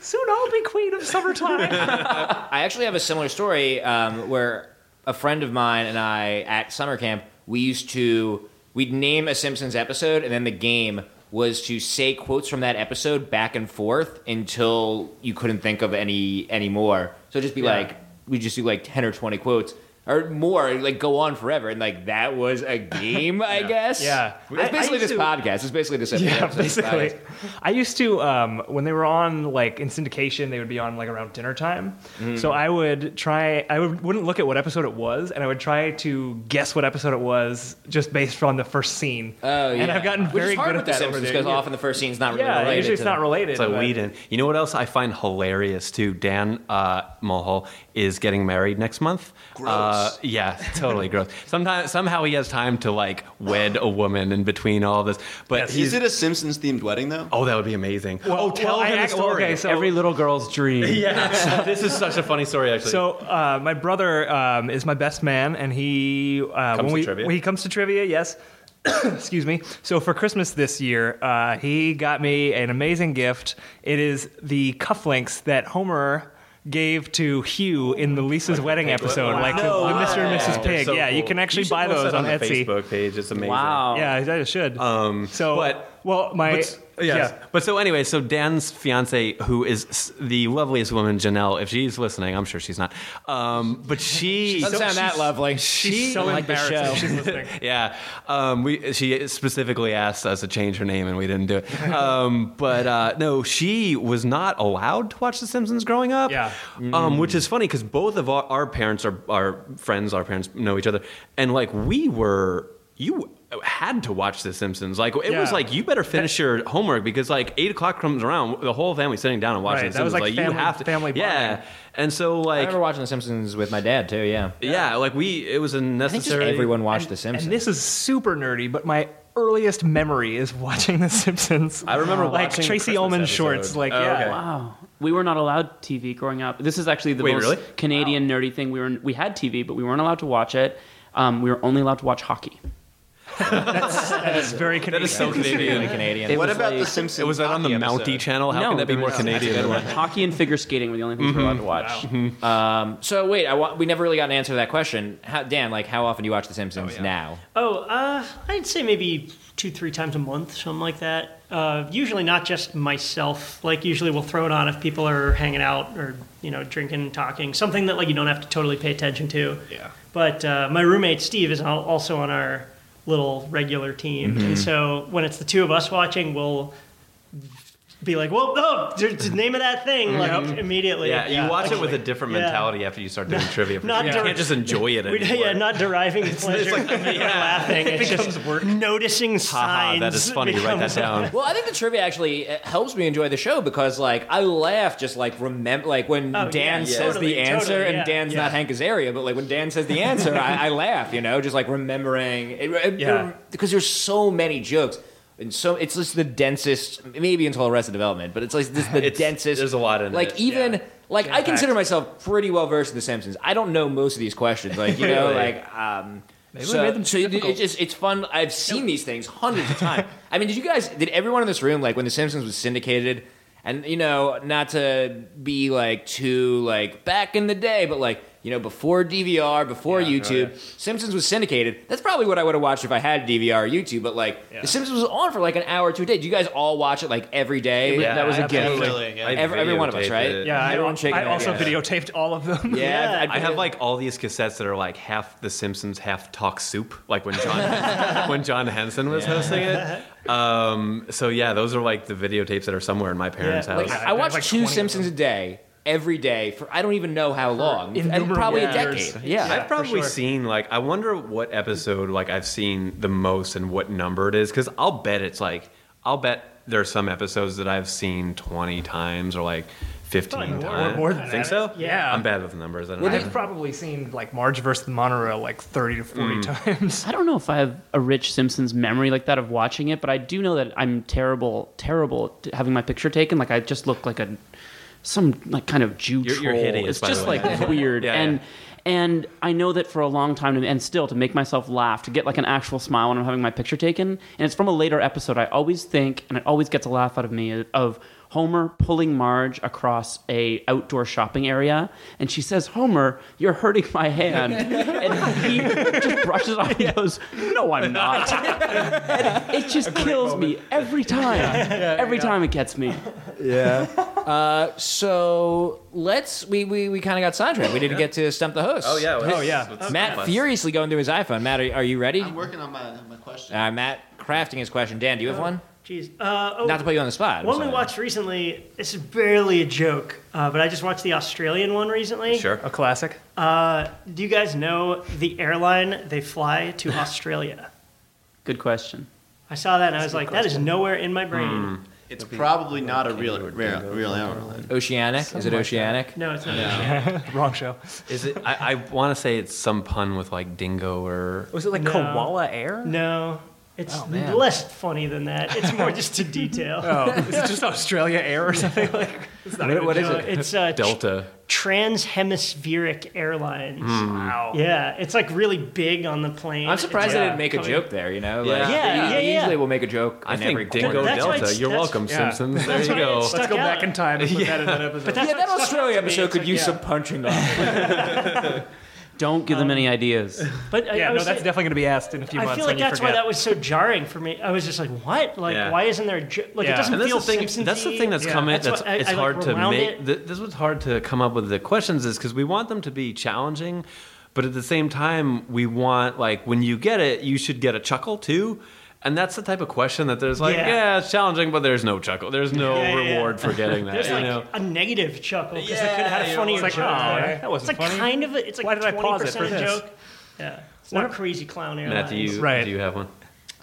S5: Soon I'll be queen of summertime.
S1: I actually have a similar story um, where a friend of mine and I at summer camp we used to we'd name a Simpsons episode and then the game was to say quotes from that episode back and forth until you couldn't think of any anymore. So it'd just be like we just do like ten or twenty quotes. or more, like go on forever, and like that was a game, I guess.
S5: Yeah. I- I
S1: it's basically
S5: used
S1: this
S5: to-
S1: podcast. It's basically this episode.
S5: Yeah,
S1: of this
S5: basically.
S1: podcast.
S5: I used to um, when they were on like in syndication, they would be on like around dinner time.
S1: Mm.
S5: So I would try. I would, wouldn't look at what episode it was, and I would try to guess what episode it was just based on the first scene.
S1: Oh yeah,
S5: And I've gotten
S1: Which
S5: very
S1: is hard
S5: good
S1: with the
S5: at that over
S1: Simpsons
S5: the
S1: because
S5: years.
S1: often the first scene's not really
S5: Yeah,
S1: related.
S5: usually it's
S1: to-
S5: not related.
S2: It's like
S5: but-
S2: Whedon. You know what else I find hilarious too? Dan uh, Mulhall is getting married next month. Gross. Uh, yeah, totally gross. Sometimes somehow he has time to like wed a woman in between all this, but
S6: Is
S2: he's.
S6: it a Simpsons themed wedding though?
S2: Oh, that would be amazing.
S5: Well,
S2: oh, tell
S5: well, I
S2: him the
S5: act- well,
S2: story.
S5: okay, so-
S7: Every little girl's dream.
S2: yeah, this is such a funny story, actually.
S5: So uh, my brother um, is my best man, and he uh,
S2: Comes
S5: when
S2: to
S5: we
S2: trivia?
S5: when he comes to trivia, yes. Excuse me. So for Christmas this year, uh, he got me an amazing gift. It is the cufflinks that Homer gave to Hugh in the Lisa's wedding episode, like the, the Mr. and
S2: They're
S5: Mrs. Pig.
S2: so
S5: yeah, you
S2: cool.
S5: can actually
S2: should
S5: buy
S2: post
S5: those
S2: that
S5: on,
S2: the
S5: Etsy.
S2: Facebook page. It's amazing.
S1: Wow.
S5: Yeah, I I should. Um, so,
S2: but-
S5: well, my
S2: But, yes. But so anyway, so Dan's fiance, who is s- the loveliest woman, Janelle, if she's listening, I'm sure she's not. Um, but she,
S1: Doesn't sound that lovely.
S5: she's so
S1: like the
S5: embarrassed
S1: show.
S5: that she's listening.
S2: yeah, um, we she specifically asked us to change her name, and we didn't do it. Um, but uh, no, she was not allowed to watch The Simpsons growing up.
S5: Yeah. Mm.
S2: um, which is funny because both of our, our parents are our friends. Our parents know each other, and like we were you had to watch The Simpsons. Like it was
S5: Yeah.
S2: like you better finish your homework because like eight o'clock comes around, the whole family sitting down and watching
S5: Right,
S2: The
S5: that was,
S2: Simpsons.
S5: like,
S2: you
S5: family-
S2: have to
S5: family
S2: yeah.
S5: bonding.
S2: And so
S1: I
S2: like
S1: remember watching The Simpsons with my dad too. Yeah,
S2: yeah, like we it was a
S1: I think just
S2: necessary.
S1: everyone watched The Simpsons.
S5: And this is super nerdy, but my earliest memory is watching The Simpsons.
S2: I remember
S5: like
S2: watching the
S5: Tracy
S2: Christmas
S5: Ullman
S2: episode.
S5: shorts. Like,
S2: Oh,
S5: yeah,
S2: okay.
S7: Wow. We weren't allowed TV growing up. This is actually the
S2: Wait,
S7: most
S2: really?
S7: Canadian nerdy thing. We were we had TV, but we weren't allowed to watch it. Um, we were only allowed to watch hockey.
S5: that's very
S2: That
S5: Canadian.
S2: is so
S1: really
S2: Canadian.
S1: Canadian.
S7: It
S6: what
S7: was
S6: about
S7: like-
S6: the Simpsons?
S2: It was that on the
S6: hockey
S2: Mountie
S6: episode?
S2: channel. How
S7: No,
S2: can that be
S7: there
S2: more
S7: was-
S2: Canadian? than Mm-hmm. that?
S7: hockey and figure skating were the only things we were allowed to watch.
S1: Um, so wait, I wa- we never really got an answer to that question. How, Dan, like, how often do you watch The Simpsons now?
S4: Oh, uh, I'd say maybe two, three times a month, something like that. Uh, usually not just myself. Like usually we'll throw it on if people are hanging out or you know drinking, talking, something that like you don't have to totally pay attention to. Yeah. But uh, my roommate Steve is al- also on our little regular team,
S2: Mm-hmm.
S4: and so when it's the two of us watching, we'll. Be like, well, oh, d- d- name of that thing, like immediately.
S2: Mm-hmm. Yeah, you watch it with a different
S4: Yeah.
S2: mentality after you start doing trivia. For
S4: Not
S2: sure. You
S4: during-
S2: can't just enjoy it
S4: We,
S2: anymore.
S4: yeah, not deriving pleasure
S2: like-
S4: from people laughing. It's just noticing
S2: Haha,
S4: signs.
S2: that is funny. Write that
S4: becomes-
S2: down.
S1: Um, Well, I think the trivia actually uh, helps me enjoy the show because, like, I laugh just like remember, like when
S4: Oh,
S1: Dan
S4: yeah,
S1: says
S4: totally,
S1: the answer,
S4: totally, yeah.
S1: and Dan's not Hank Azaria, but like when Dan says the answer, I, I laugh. You know, just like remembering it, it-
S5: Yeah.
S1: because there's so many jokes. And so it's just the densest, maybe until Arrested Development, but it's like this the
S2: It's-
S1: densest.
S2: there's a lot in
S1: like
S2: it.
S1: even
S5: Yeah.
S1: like I
S5: Jam-packed.
S1: consider myself pretty well versed in The Simpsons. I don't know most of these questions, like you know, like um,
S5: Maybe we
S1: so,
S5: made them
S1: so
S5: too
S1: it-
S5: difficult.
S1: it's just it's fun. I've seen these things hundreds of times. I mean, did you guys? Did everyone in this room like when The Simpsons was syndicated? And you know, not to be like too like back in the day, but like you know, before DVR, before YouTube, Simpsons was syndicated. That's probably what I would have watched if I had DVR or YouTube. But like, The Simpsons was on for like an hour or two a day. Did you guys all watch it like every day?
S2: Yeah,
S1: that was a gift.
S2: absolutely.
S6: Totally, yeah.
S2: I
S1: Every- every one of us,
S2: videotaped
S1: right?
S2: it.
S5: Yeah, I,
S1: Everyone shaking
S5: I
S1: their
S5: also
S1: heads.
S5: videotaped all of them.
S1: Yeah,
S4: Yeah.
S1: I'd
S2: I
S1: put
S2: have
S1: it-
S2: like all these cassettes that are like half The Simpsons, half Talk Soup, like when John when John Henson was hosting it. Um, so yeah, those are like the videotapes that are somewhere in my parents'
S4: Yeah,
S2: house.
S1: Like,
S5: Yeah,
S1: I,
S5: I've
S1: watched
S5: like
S1: two
S5: 20 of
S1: Simpsons a day, every day for I don't even know how long, and
S5: innumerable
S1: probably a
S5: years.
S1: decade. Yeah.
S2: I've probably
S5: sure.
S2: seen like I wonder what episode like I've seen the most and what number it is because I'll bet it's like I'll bet there's some episodes that I've seen 20 times or like 15
S5: Probably more-
S2: times.
S5: more than
S2: think
S5: that.
S2: so.
S5: Yeah.
S2: I'm bad with numbers. I don't know.
S5: I've probably seen like Marge versus the Monorail like thirty to forty times.
S7: I don't know if I have a rich Simpsons memory like that of watching it, but I do know that I'm terrible, terrible at having my picture taken. Like I just look like a some like kind of Jew
S2: You're-
S7: troll.
S2: you're hideous,
S7: it's
S2: by
S7: just
S2: the way.
S7: like weird
S2: Yeah,
S7: and.
S2: yeah.
S7: And I know that for a long time, and still to make myself laugh, to get like an actual smile when I'm having my picture taken, and it's from a later episode. I always think, and it always gets a laugh out of me, of Homer pulling Marge across a outdoor shopping area, and she says, "Homer, you're hurting my hand," and he just brushes off and goes, "No, I'm not." And it just kills me every time. every time it gets me.
S9: Yeah.
S1: Uh, so let's we we, we kind of got sidetracked. We didn't get to stump the host.
S2: Oh yeah.
S5: Oh, yeah.
S1: Matt furiously going through his iPhone. Matt, are, are you ready?
S6: I'm working on my, my question.
S1: Uh, Matt crafting his question. Dan, do you have one?
S4: Jeez. Uh, oh,
S1: Not to put you on the spot.
S4: One
S1: so-
S4: we watched recently. This is barely a joke, uh, but I just watched the Australian one recently.
S2: Sure.
S5: A classic.
S4: Uh, do you guys know the airline they fly to Australia?
S7: Good question.
S4: I saw that and I was like, that is nowhere in
S2: Hmm.
S4: my brain.
S6: It's probably not a real, real, real airline.
S1: Oceanic? is it Oceanic?
S4: No, it's not.
S5: Wrong show.
S2: Is it? I, I want to say it's some pun with like dingo or.
S5: Was it like
S4: No.
S5: Koala Air?
S4: No, it's
S5: Oh, man.
S4: less funny than that. It's more just to detail.
S5: Oh, is it just Australia Air or something? Like, it's not even
S2: what
S5: a
S2: is
S4: Uh,
S5: joke.
S2: it?
S4: it's uh,
S2: Delta. Hmm.
S4: Trans Hemispheric Airlines.
S5: Wow.
S4: Yeah, it's like really big on the plane.
S1: I'm surprised
S4: It's,
S1: they
S4: uh,
S1: didn't make a
S4: coming-
S1: joke there. You know,
S2: Yeah.
S1: like,
S4: Yeah,
S1: they
S4: yeah, yeah.
S1: Usually, will make a joke.
S2: I
S1: in every
S2: think dingo
S1: corner.
S4: That's why
S2: delta.
S4: it's-
S2: You're
S4: that's-
S2: welcome,
S5: yeah.
S2: Simpsons. There
S4: That's
S2: you
S4: why
S2: go.
S4: it's stuck
S5: Let's go
S4: out.
S5: back in time and put that in that episode.
S4: That's
S1: Yeah, that
S4: what stuck out
S1: Australia
S4: to me.
S1: episode
S4: It's
S1: could
S4: like,
S1: use
S4: yeah.
S1: some punching up.
S7: Don't
S2: Um,
S7: give them any ideas.
S4: But I,
S5: yeah,
S4: I
S5: no,
S4: was
S5: that's definitely going to be asked in a few
S4: I
S5: months.
S4: feel
S5: when
S4: like
S5: you
S4: that's why
S5: forget.
S4: that was so jarring for me. I was just like, "What? Like,
S2: Yeah.
S4: why isn't there a jo-? like?
S5: Yeah.
S4: It doesn't
S2: And that's
S4: feel
S2: the thing.
S4: Simpsons-y.
S2: That's the thing that's
S5: Yeah.
S2: come in. That's,
S4: what- I-
S2: it's
S4: I, like,
S2: hard to
S4: rewound
S2: make.
S4: it.
S2: th- This was hard to come up with the questions, is because we want them to be challenging, but at the same time, we want like when you get it, you should get a chuckle too. And that's the type of question that there's like, yeah,
S4: Yeah.
S2: it's challenging, but there's no chuckle. There's no
S4: Yeah, yeah, yeah.
S2: reward for getting that.
S4: There's
S2: you
S4: like
S2: know?
S4: a negative chuckle because
S2: Yeah,
S4: they could have had
S2: yeah,
S4: a funnier
S2: it's like,
S4: joke.
S5: "Oh,
S4: there."
S5: that wasn't
S4: it's like
S5: funny."
S4: kind of a, it's like
S5: Why did I pause
S4: 20%
S5: it for
S4: a
S5: this?
S4: joke. Yeah, it's not crazy clown airlines.
S2: Matthew, you,
S5: Right.
S2: do you have one?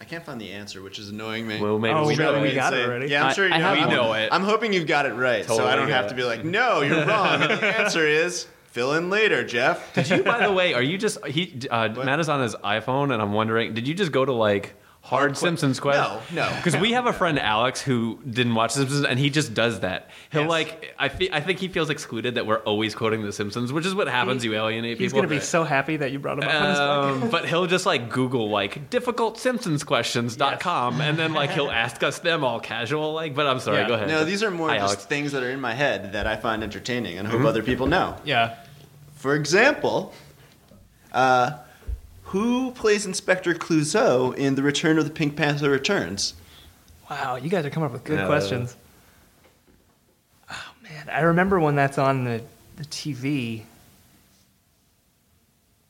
S6: I can't find the answer, which is annoying me.
S2: Well, maybe
S5: Oh,
S2: we
S5: we
S2: should.
S5: really-
S6: Wait,
S5: got it
S6: say-
S5: already?
S6: Yeah, I'm
S7: I-
S6: sure you
S7: I
S6: know.
S7: have
S6: I'm-
S2: We know it.
S6: I'm hoping you've got it right, so
S2: Totally
S6: I don't
S2: got
S6: have
S2: it.
S6: to be like, no, you're wrong. And the answer is fill in later, Jeff.
S2: Did you, by the way, are you just he? Uh, Matt is on his iPhone, and I'm wondering, did you just go to like hard Simpsons quest?
S6: No, no.
S2: Because we have a friend Alex who didn't watch The Simpsons, and he just does that. He'll
S6: Yes.
S2: like, I fe- I think he feels excluded that we're always quoting The Simpsons, which is what happens. you alienate
S5: He's
S2: people.
S5: going to be so happy that you brought him up on this podcast.
S2: um, but he'll just like Google like difficult Simpsons questions.com and then like he'll ask us them all casual like. But I'm sorry,
S5: Yeah.
S2: go ahead.
S6: No, these are more
S2: Hi,
S6: just
S2: Alex. Mm-hmm.
S6: things that are in my head that I find entertaining and hope other people know.
S5: Yeah.
S6: For example, uh, who plays Inspector Clouseau in The Return of the Pink Panther Returns?
S5: Wow, you guys are coming up with good
S2: Yeah.
S5: questions. Oh man, I remember when that's on the, the TV.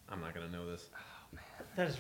S2: I'm not gonna know this.
S4: That is,
S2: So-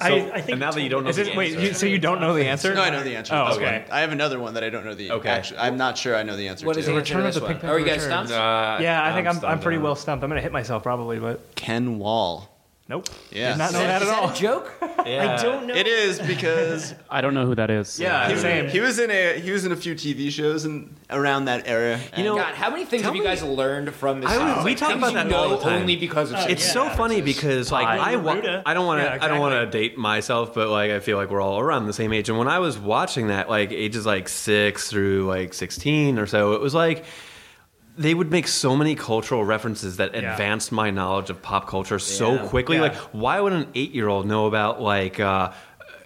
S4: I, I think.
S2: and now that you don't know
S5: Is
S2: the
S5: it, wait,
S2: answer-
S5: you, so you don't know the answer?
S6: No, I know the answer.
S5: Oh,
S6: to this
S5: okay.
S6: one. I have another one that I don't know the.
S2: Okay.
S6: Okay. I'm not sure I know the answer
S1: What
S6: to.
S1: is the
S5: Return
S1: answer to this
S5: of the
S1: one?
S5: Pink Panther
S1: Are you guys
S5: Returns.
S1: stumped?
S2: Uh,
S5: Yeah, I think I'm, I'm
S2: stumped
S5: pretty
S2: on
S5: well stumped. I'm going to hit myself probably, but
S6: Ken Wall.
S5: nope.
S6: Yeah.
S5: Did not know that
S1: is
S5: at all.
S1: that a joke?
S2: that. Yeah.
S4: I don't know.
S6: It is because
S7: I don't know who that is.
S6: yeah, he,
S5: Same.
S6: he was in a he was in a few TV shows and around that era. You know,
S1: God, how many things
S2: Tell
S1: have you guys learned from this?
S2: I would-
S1: house?
S2: we
S1: Like,
S2: talk
S1: things
S2: about
S1: you
S2: that
S1: know
S2: all the time.
S1: only because of
S5: Oh,
S2: It's
S1: Simpsons
S2: so
S1: references.
S2: funny because like I, wa-
S4: Ruda.
S2: I don't want to
S5: Yeah,
S2: I don't want to
S5: exactly.
S2: date myself, but like I feel like we're all around the same age. And when I was watching that, like ages like six through like sixteen or so, it was like they would make so many cultural references that
S5: Yeah.
S2: advanced my knowledge of pop culture so
S1: Yeah.
S2: quickly.
S5: Yeah.
S2: Like, why would an eight year old know about like? uh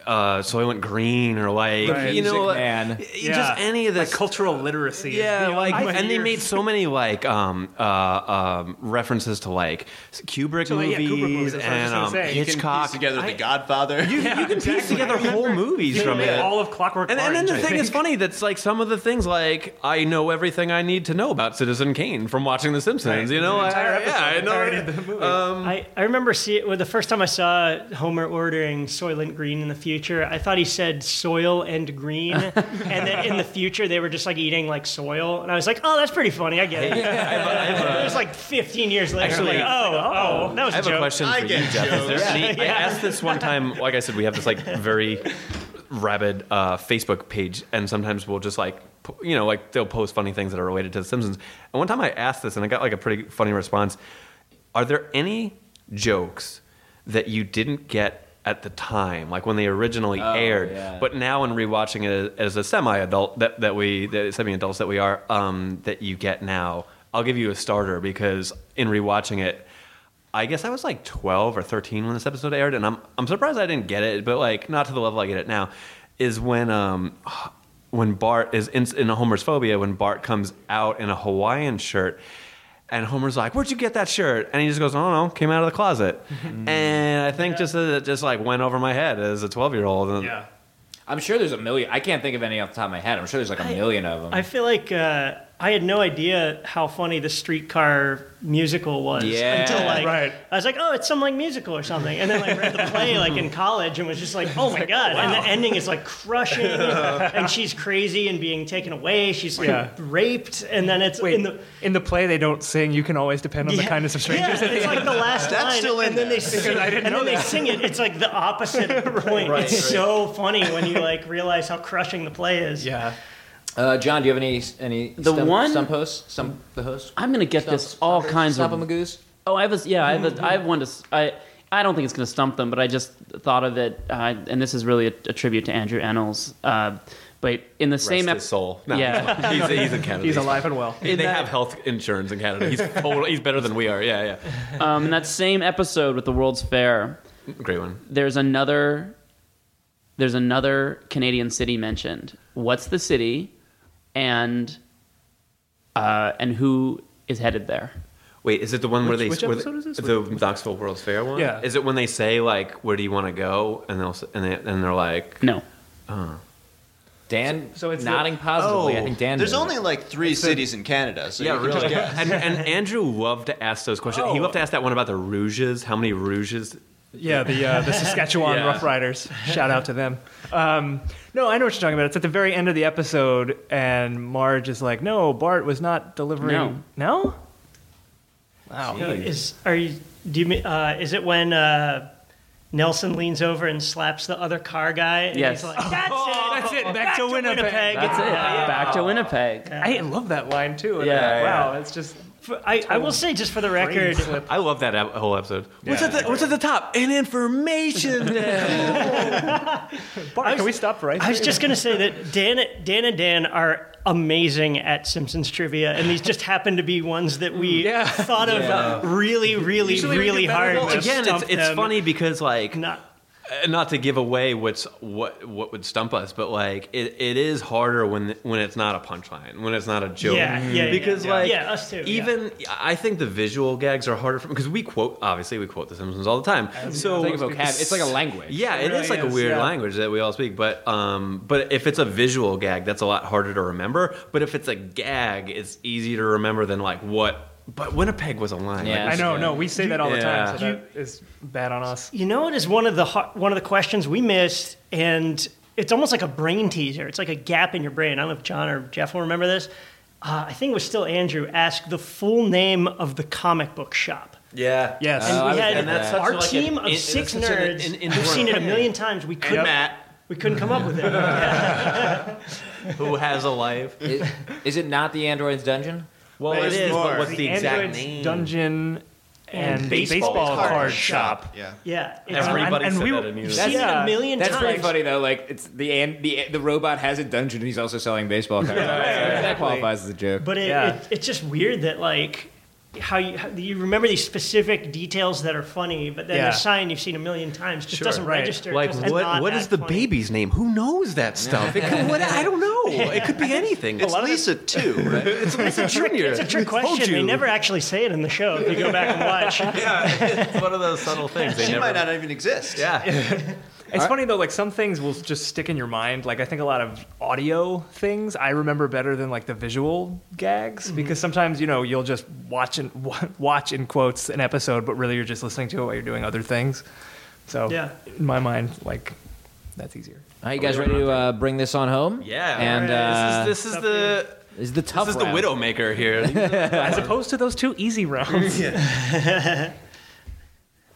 S2: uh, so I went green, or like
S5: Right.
S2: you know,
S1: Music Man.
S2: you- just any of
S5: Like
S2: this
S5: cultural literacy. is
S2: yeah,
S5: beyond
S2: like,
S5: my
S2: and they
S5: years.
S2: made so many like um, uh, um, references to like Kubrick,
S5: To, like, yeah,
S2: movies,
S5: Kubrick movies, that's what I was
S2: and
S5: just gonna
S2: um,
S5: say. You
S6: you can
S2: Hitchcock.
S6: piece together The Godfather.
S5: Yeah,
S2: you can piece
S5: exactly.
S2: together
S5: I remember
S2: whole movies
S5: they
S2: from
S5: made
S2: it.
S5: All of Clockwork
S2: And, and then
S5: Orange,
S2: the
S5: I
S2: thing is
S5: think.
S2: funny that's like some of the things like I know everything I need to know about Citizen Kane from watching The Simpsons. You know,
S5: The
S2: I-
S5: entire
S2: I,
S5: episode,
S2: yeah, I
S5: I already
S2: know. Uh,
S5: did the movie.
S4: I, I remember see well, the first time I saw Homer ordering Soylent Green in the future. I thought he said soil and green, and then in the future they were just like eating like soil, and I was like, oh, that's pretty funny. I get it. it was like 15 years later.
S2: Actually,
S4: I'm like, oh, oh, that was
S2: I have
S4: a joke.
S2: a question
S6: I
S2: for you,
S6: get
S2: Jeff. Is there
S6: jokes.
S2: any, I asked this one time. Like I said, we have this like very rabid uh, Facebook page, and sometimes we'll just like po- you know like they'll post funny things that are related to The Simpsons. And one time I asked this, and I got like a pretty funny response. Are there any jokes that you didn't get? At the time, like when they originally aired,
S1: yeah.
S2: but now in rewatching it as a semi-adult that, that we, the semi-adults that we are, um, that you get now, I'll give you a starter because in rewatching it, I guess I was like 12 or 13 when this episode aired, and I'm I'm surprised I didn't get it, but like not to the level I get it now. Is when um when Bart is in, in Homer's phobia when Bart comes out in a Hawaiian shirt, and Homer's like, "Where'd you get that shirt?" And he just goes, "I don't know, came out of the closet," and I think just that it just like went over my head as a 12 year old. And
S5: yeah.
S1: I'm sure there's a million. I can't think of any off the top of my head. I'm sure there's like a
S4: I-
S1: million of them.
S4: I feel like uh, I I had no idea how funny the streetcar musical was
S1: Yeah.
S4: until like
S5: Right.
S4: I was like, oh, it's some like musical or something, and then like read the play like in college and was just like, oh my god, and the ending is like crushing, and she's crazy and being taken away, she's like
S5: Yeah.
S4: raped, and then it's
S5: Wait,
S4: in the
S5: play they don't sing. You can always depend on
S4: Yeah.
S5: the kindness of strangers.
S4: Yeah, it's like the last
S6: That's
S4: line,
S6: still in
S4: and then
S6: there.
S4: they sing,
S5: I
S4: and
S5: didn't
S4: then
S5: know
S4: they
S5: that.
S4: sing it. It's like the opposite of the point. it's so funny when you like realize how crushing the play is.
S5: yeah.
S1: Uh, John, do you have any any
S7: The
S1: stump,
S7: one-
S1: stump host? Stump the host?
S7: I'm gonna get this all kinds
S1: Stump
S7: of.
S1: 'em a goose.
S7: Oh, I have a yeah. I have, a, I have one to. s- I I don't think it's going to stump them, but I just thought of it, uh, and this is really a, a tribute to Andrew Ennals. Uh, but in the
S2: Rest
S7: same
S2: his
S7: episode,
S2: soul. No,
S7: Yeah.
S2: he's, not. he's, he's in Canada.
S5: He's alive and well.
S2: They have health insurance in Canada. He's total, he's better than we are. Yeah, yeah.
S7: um, in that same episode with the World's Fair,
S2: Great one.
S7: there's another there's another Canadian city mentioned. What's the city, and uh, and who is headed there?
S2: Wait, is it the one where they
S5: which
S2: where
S5: episode is this?
S2: the Knoxville World's Fair one?
S5: Yeah.
S2: Is it when they say like, "Where do you want to go?" and they'll s- and, they, and they're like,
S7: No,
S1: Dan,
S5: So- so it's the-
S1: nodding positively. I think Dan.
S6: Oh, There's
S1: knows
S6: only
S1: it.
S6: like three cities in Canada. So you
S2: Yeah,
S6: can just
S2: really.
S6: guess.
S2: and, and Andrew loved to ask those questions.
S5: Oh.
S2: He loved to ask that one about the rouges. How many rouges?
S5: Yeah, the uh, the Saskatchewan
S2: Yeah.
S5: Rough Riders. Shout out to them. Um, no, I know what you're talking about. It's at the very end of the episode, and Marge is like, "No, Bart was not delivering." No.
S4: Is are you? Do you mean? Uh, is it when? Uh, Nelson leans over and slaps the other car guy, and
S7: Yes.
S4: he's like, "That's it,
S5: that's it. Back to
S4: Oh, Winnipeg."
S5: Winnipeg.
S7: that's it.
S4: Yeah.
S7: Back to Winnipeg.
S5: I love that line too. And,
S7: Yeah,
S5: uh,
S7: yeah.
S5: wow, it's just
S4: For- I, I will say, just for the record,
S2: I love that ep- whole episode. What's
S5: Yeah.
S2: at the What's at the top? An information.
S5: Bart. can we stop right?
S4: I was just going to say that Dan, Dan and Dan are amazing at Simpsons trivia, and these just happen to be ones that we
S5: Yeah.
S4: thought of really, really, really hard.
S2: Well,
S4: to
S2: again, it's,
S4: stump
S2: it's
S4: them.
S2: funny because like
S4: Not,
S2: uh, not to give away what's what what would stump us, but like it, it is harder when when it's not a punchline, when it's not a joke.
S4: Yeah, yeah, yeah,
S2: because
S4: yeah.
S2: like
S4: Yeah, us too, yeah.
S2: Even I think the visual gags are harder because we quote obviously we quote The Simpsons all the time. So
S1: It's like a vocab. It's like a language.
S2: Yeah, it is
S5: really
S2: like a
S5: is,
S2: weird
S5: yeah.
S2: language that we all speak, but um, but if it's a visual gag, that's a lot harder to remember. But if it's a gag, it's easy to remember than like what. But Winnipeg was a line.
S1: Yeah.
S5: I know. No, we say that all the
S2: Yeah.
S5: time. So that is bad on us.
S4: you know, it is one of the har- one of the questions we missed, and it's almost like a brain teaser. It's like a gap in your brain. I don't know if John or Jeff will remember this. Uh, I think it was still Andrew asked the full name of the comic book shop.
S2: yeah, Uh,
S5: Yes.
S4: And
S1: Uh, I
S4: we
S1: was
S4: had
S1: gonna ask.
S4: our
S2: Such like
S4: team
S2: an-
S4: of
S2: it-
S4: six
S2: it's such an-
S4: nerds.
S2: an- an
S4: we've seen it a
S2: inward-
S4: million times. We couldn't,
S2: Matt,
S4: we couldn't come up with it.
S2: who has a life.
S1: Is, is it not the android's dungeon?
S2: Well,
S6: But
S2: it
S6: it's
S2: is.
S6: more.
S2: But what's the exact
S5: Android's
S2: name?
S5: Dungeon and, baseball, card, shop.
S6: Yeah.
S4: Yeah, it's
S2: Everybody
S5: And- and
S2: said
S5: we-
S2: that in unison.
S4: I've seen it
S5: Yeah.
S4: a million
S1: That's
S4: times.
S1: pretty funny though. Like it's the and the the robot has a dungeon and he's also selling baseball cards. That qualifies as a joke.
S4: But it,
S5: Yeah.
S4: it, it's just weird that like how you how you remember these specific details that are funny, but then
S5: Yeah.
S4: the sign you've seen a million times just
S5: Sure,
S4: doesn't
S5: right.
S4: register.
S2: like
S4: because it's
S2: what?
S4: not
S2: What
S4: that
S2: is the
S4: funny.
S2: baby's name? Who knows that stuff? It could, what, I don't know. It could be anything.
S6: It's Lisa too, right?
S2: It's Lisa Junior.
S4: It's a trick
S2: Told
S4: question. They
S2: you.
S4: never actually say it in the show. If you go back and watch,
S2: It's one of those subtle things. They
S6: She
S2: never.
S6: might not even exist.
S2: yeah.
S5: It's funny though, like some things will just stick in your mind. Like I think a lot of audio things I remember better than like the visual gags because sometimes you know you'll just watch and wa- watch in quotes an episode, but really you're just listening to it while you're doing other things. So
S4: Yeah.
S5: in my mind, like that's easier.
S1: All right, you guys ready to uh, bring this on home?
S2: Yeah.
S1: And uh,
S2: this is, this is the
S1: this is the tough.
S2: this is the
S1: round.
S2: Widowmaker here.
S5: As opposed to those two easy rounds.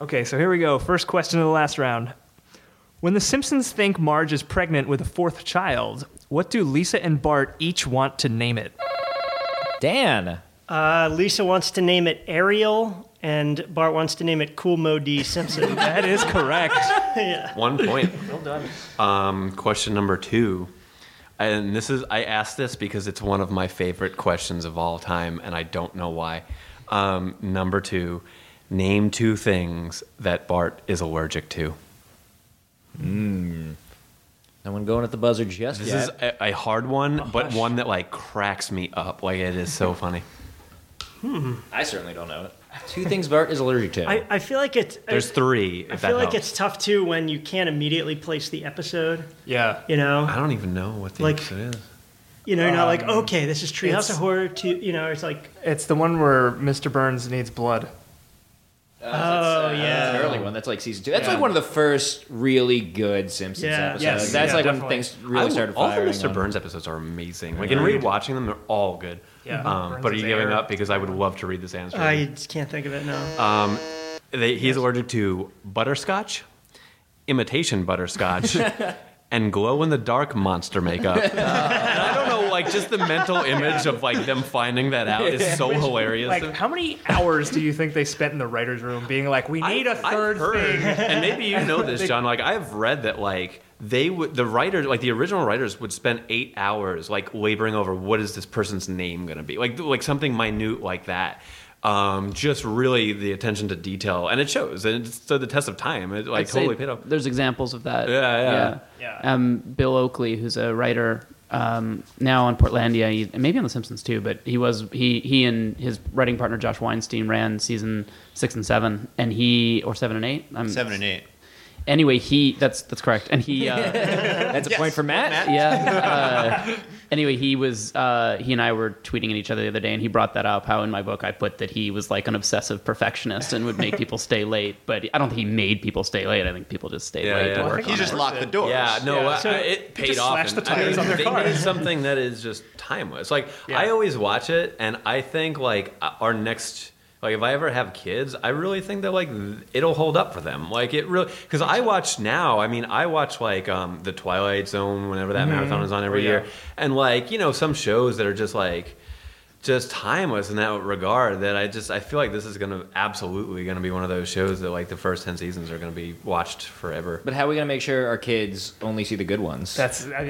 S5: okay, so here we go. First question of the last round. When the Simpsons think Marge is pregnant with a fourth child, what do Lisa and Bart each want to name it?
S1: Dan.
S4: uh, Lisa wants to name it Ariel, and Bart wants to name it Cool Mo D Simpson.
S5: That is correct.
S2: One point. Well done. Um, question number two. And this is I asked this because it's one of my favorite questions of all time, and I don't know why. Um, number two, name two things that Bart is allergic to.
S1: No one going at the buzzer just
S2: This
S1: yet.
S2: is a, a hard one,
S4: Oh,
S2: but one that like cracks me up. Like it is so funny.
S1: I certainly don't know it. Two things Bart is allergic to.
S4: I, I feel like it's
S2: There's
S4: I,
S2: three. If
S4: I
S2: that
S4: feel like
S2: helps.
S4: it's tough too when you can't immediately place the episode.
S5: Yeah.
S4: You know,
S2: I don't even know what the
S4: Like-
S2: episode is.
S4: You know, you're not like,
S2: Um,
S4: okay, this is Treehouse of Horror. To you know, it's like,
S5: It's the one where Mr. Burns needs blood.
S4: oh
S1: That's an
S4: yeah,
S1: early one. That's like season two. That's like one of the first really good Simpsons
S4: Yeah.
S1: episodes. That's
S4: Yes.
S5: Yeah,
S1: like
S5: definitely.
S1: when things really
S2: I-
S1: started
S2: all the
S1: firing.
S2: Mr.
S1: on-
S2: Burns episodes are amazing. Like in rewatching them, they're all good.
S5: Yeah.
S2: Um,
S5: Burns
S2: but are
S5: is
S2: you giving
S5: air.
S2: up? Because I would love to read this answer.
S4: I just can't think of it now.
S2: Oh, They, he's allergic to butterscotch, imitation butterscotch, and glow in the dark monster makeup. and I don't know, like just the mental image of like them finding that out is so hilarious.
S5: Like, how many hours do you think they spent in the writers' room being like, "We need a
S2: I've
S5: third
S2: heard,
S5: thing"?
S2: and maybe you know this, John. Like I've read that, like they would, the writers, like the original writers, would spend eight hours like laboring over what is this person's name going to be, like like something minute like that. Um, just really the attention to detail, and it shows, and it stood the test of time. It like
S7: I'd say
S2: totally paid off.
S7: There's examples of that.
S2: Yeah, yeah.
S5: Yeah.
S7: Um, Bill Oakley, who's a writer um, now on Portlandia, he, and maybe on The Simpsons too, but he was he he and his writing partner Josh Weinstein ran season six and seven, and he or seven and eight. I'm,
S6: Seven and eight.
S7: Anyway, he that's that's correct, and he. Uh,
S1: That's a point for Matt.
S7: yeah. Uh, anyway, he was uh, he and I were tweeting at each other the other day, and he brought that up. How in my book I put that he was like an obsessive perfectionist and would make people stay late, but I don't think he made people stay late. I think people just stayed
S2: Yeah,
S7: late
S2: yeah.
S7: to
S2: Well, I
S7: work.
S6: He
S7: on
S6: just
S7: it.
S6: locked the doors.
S2: Yeah, no, I-
S5: So
S2: I, it paid
S5: just
S2: off.
S5: slashed
S2: and
S5: the tires on their
S2: they
S5: car.
S2: made something that is just timeless. Like I always watch it, and I think like uh, our next. Like if I ever have kids, I really think that like th- it'll hold up for them. Like it really because I watch now. I mean, I watch like um, the Twilight Zone whenever that marathon is on every
S5: Mm-hmm. Oh, yeah.
S2: year, and like you know some shows that are just like just timeless in that regard. That I just I feel like this is gonna absolutely gonna be one of those shows that like the first ten seasons are gonna be watched forever.
S1: But how are we gonna make sure our kids only see the good ones?
S5: That's I mean,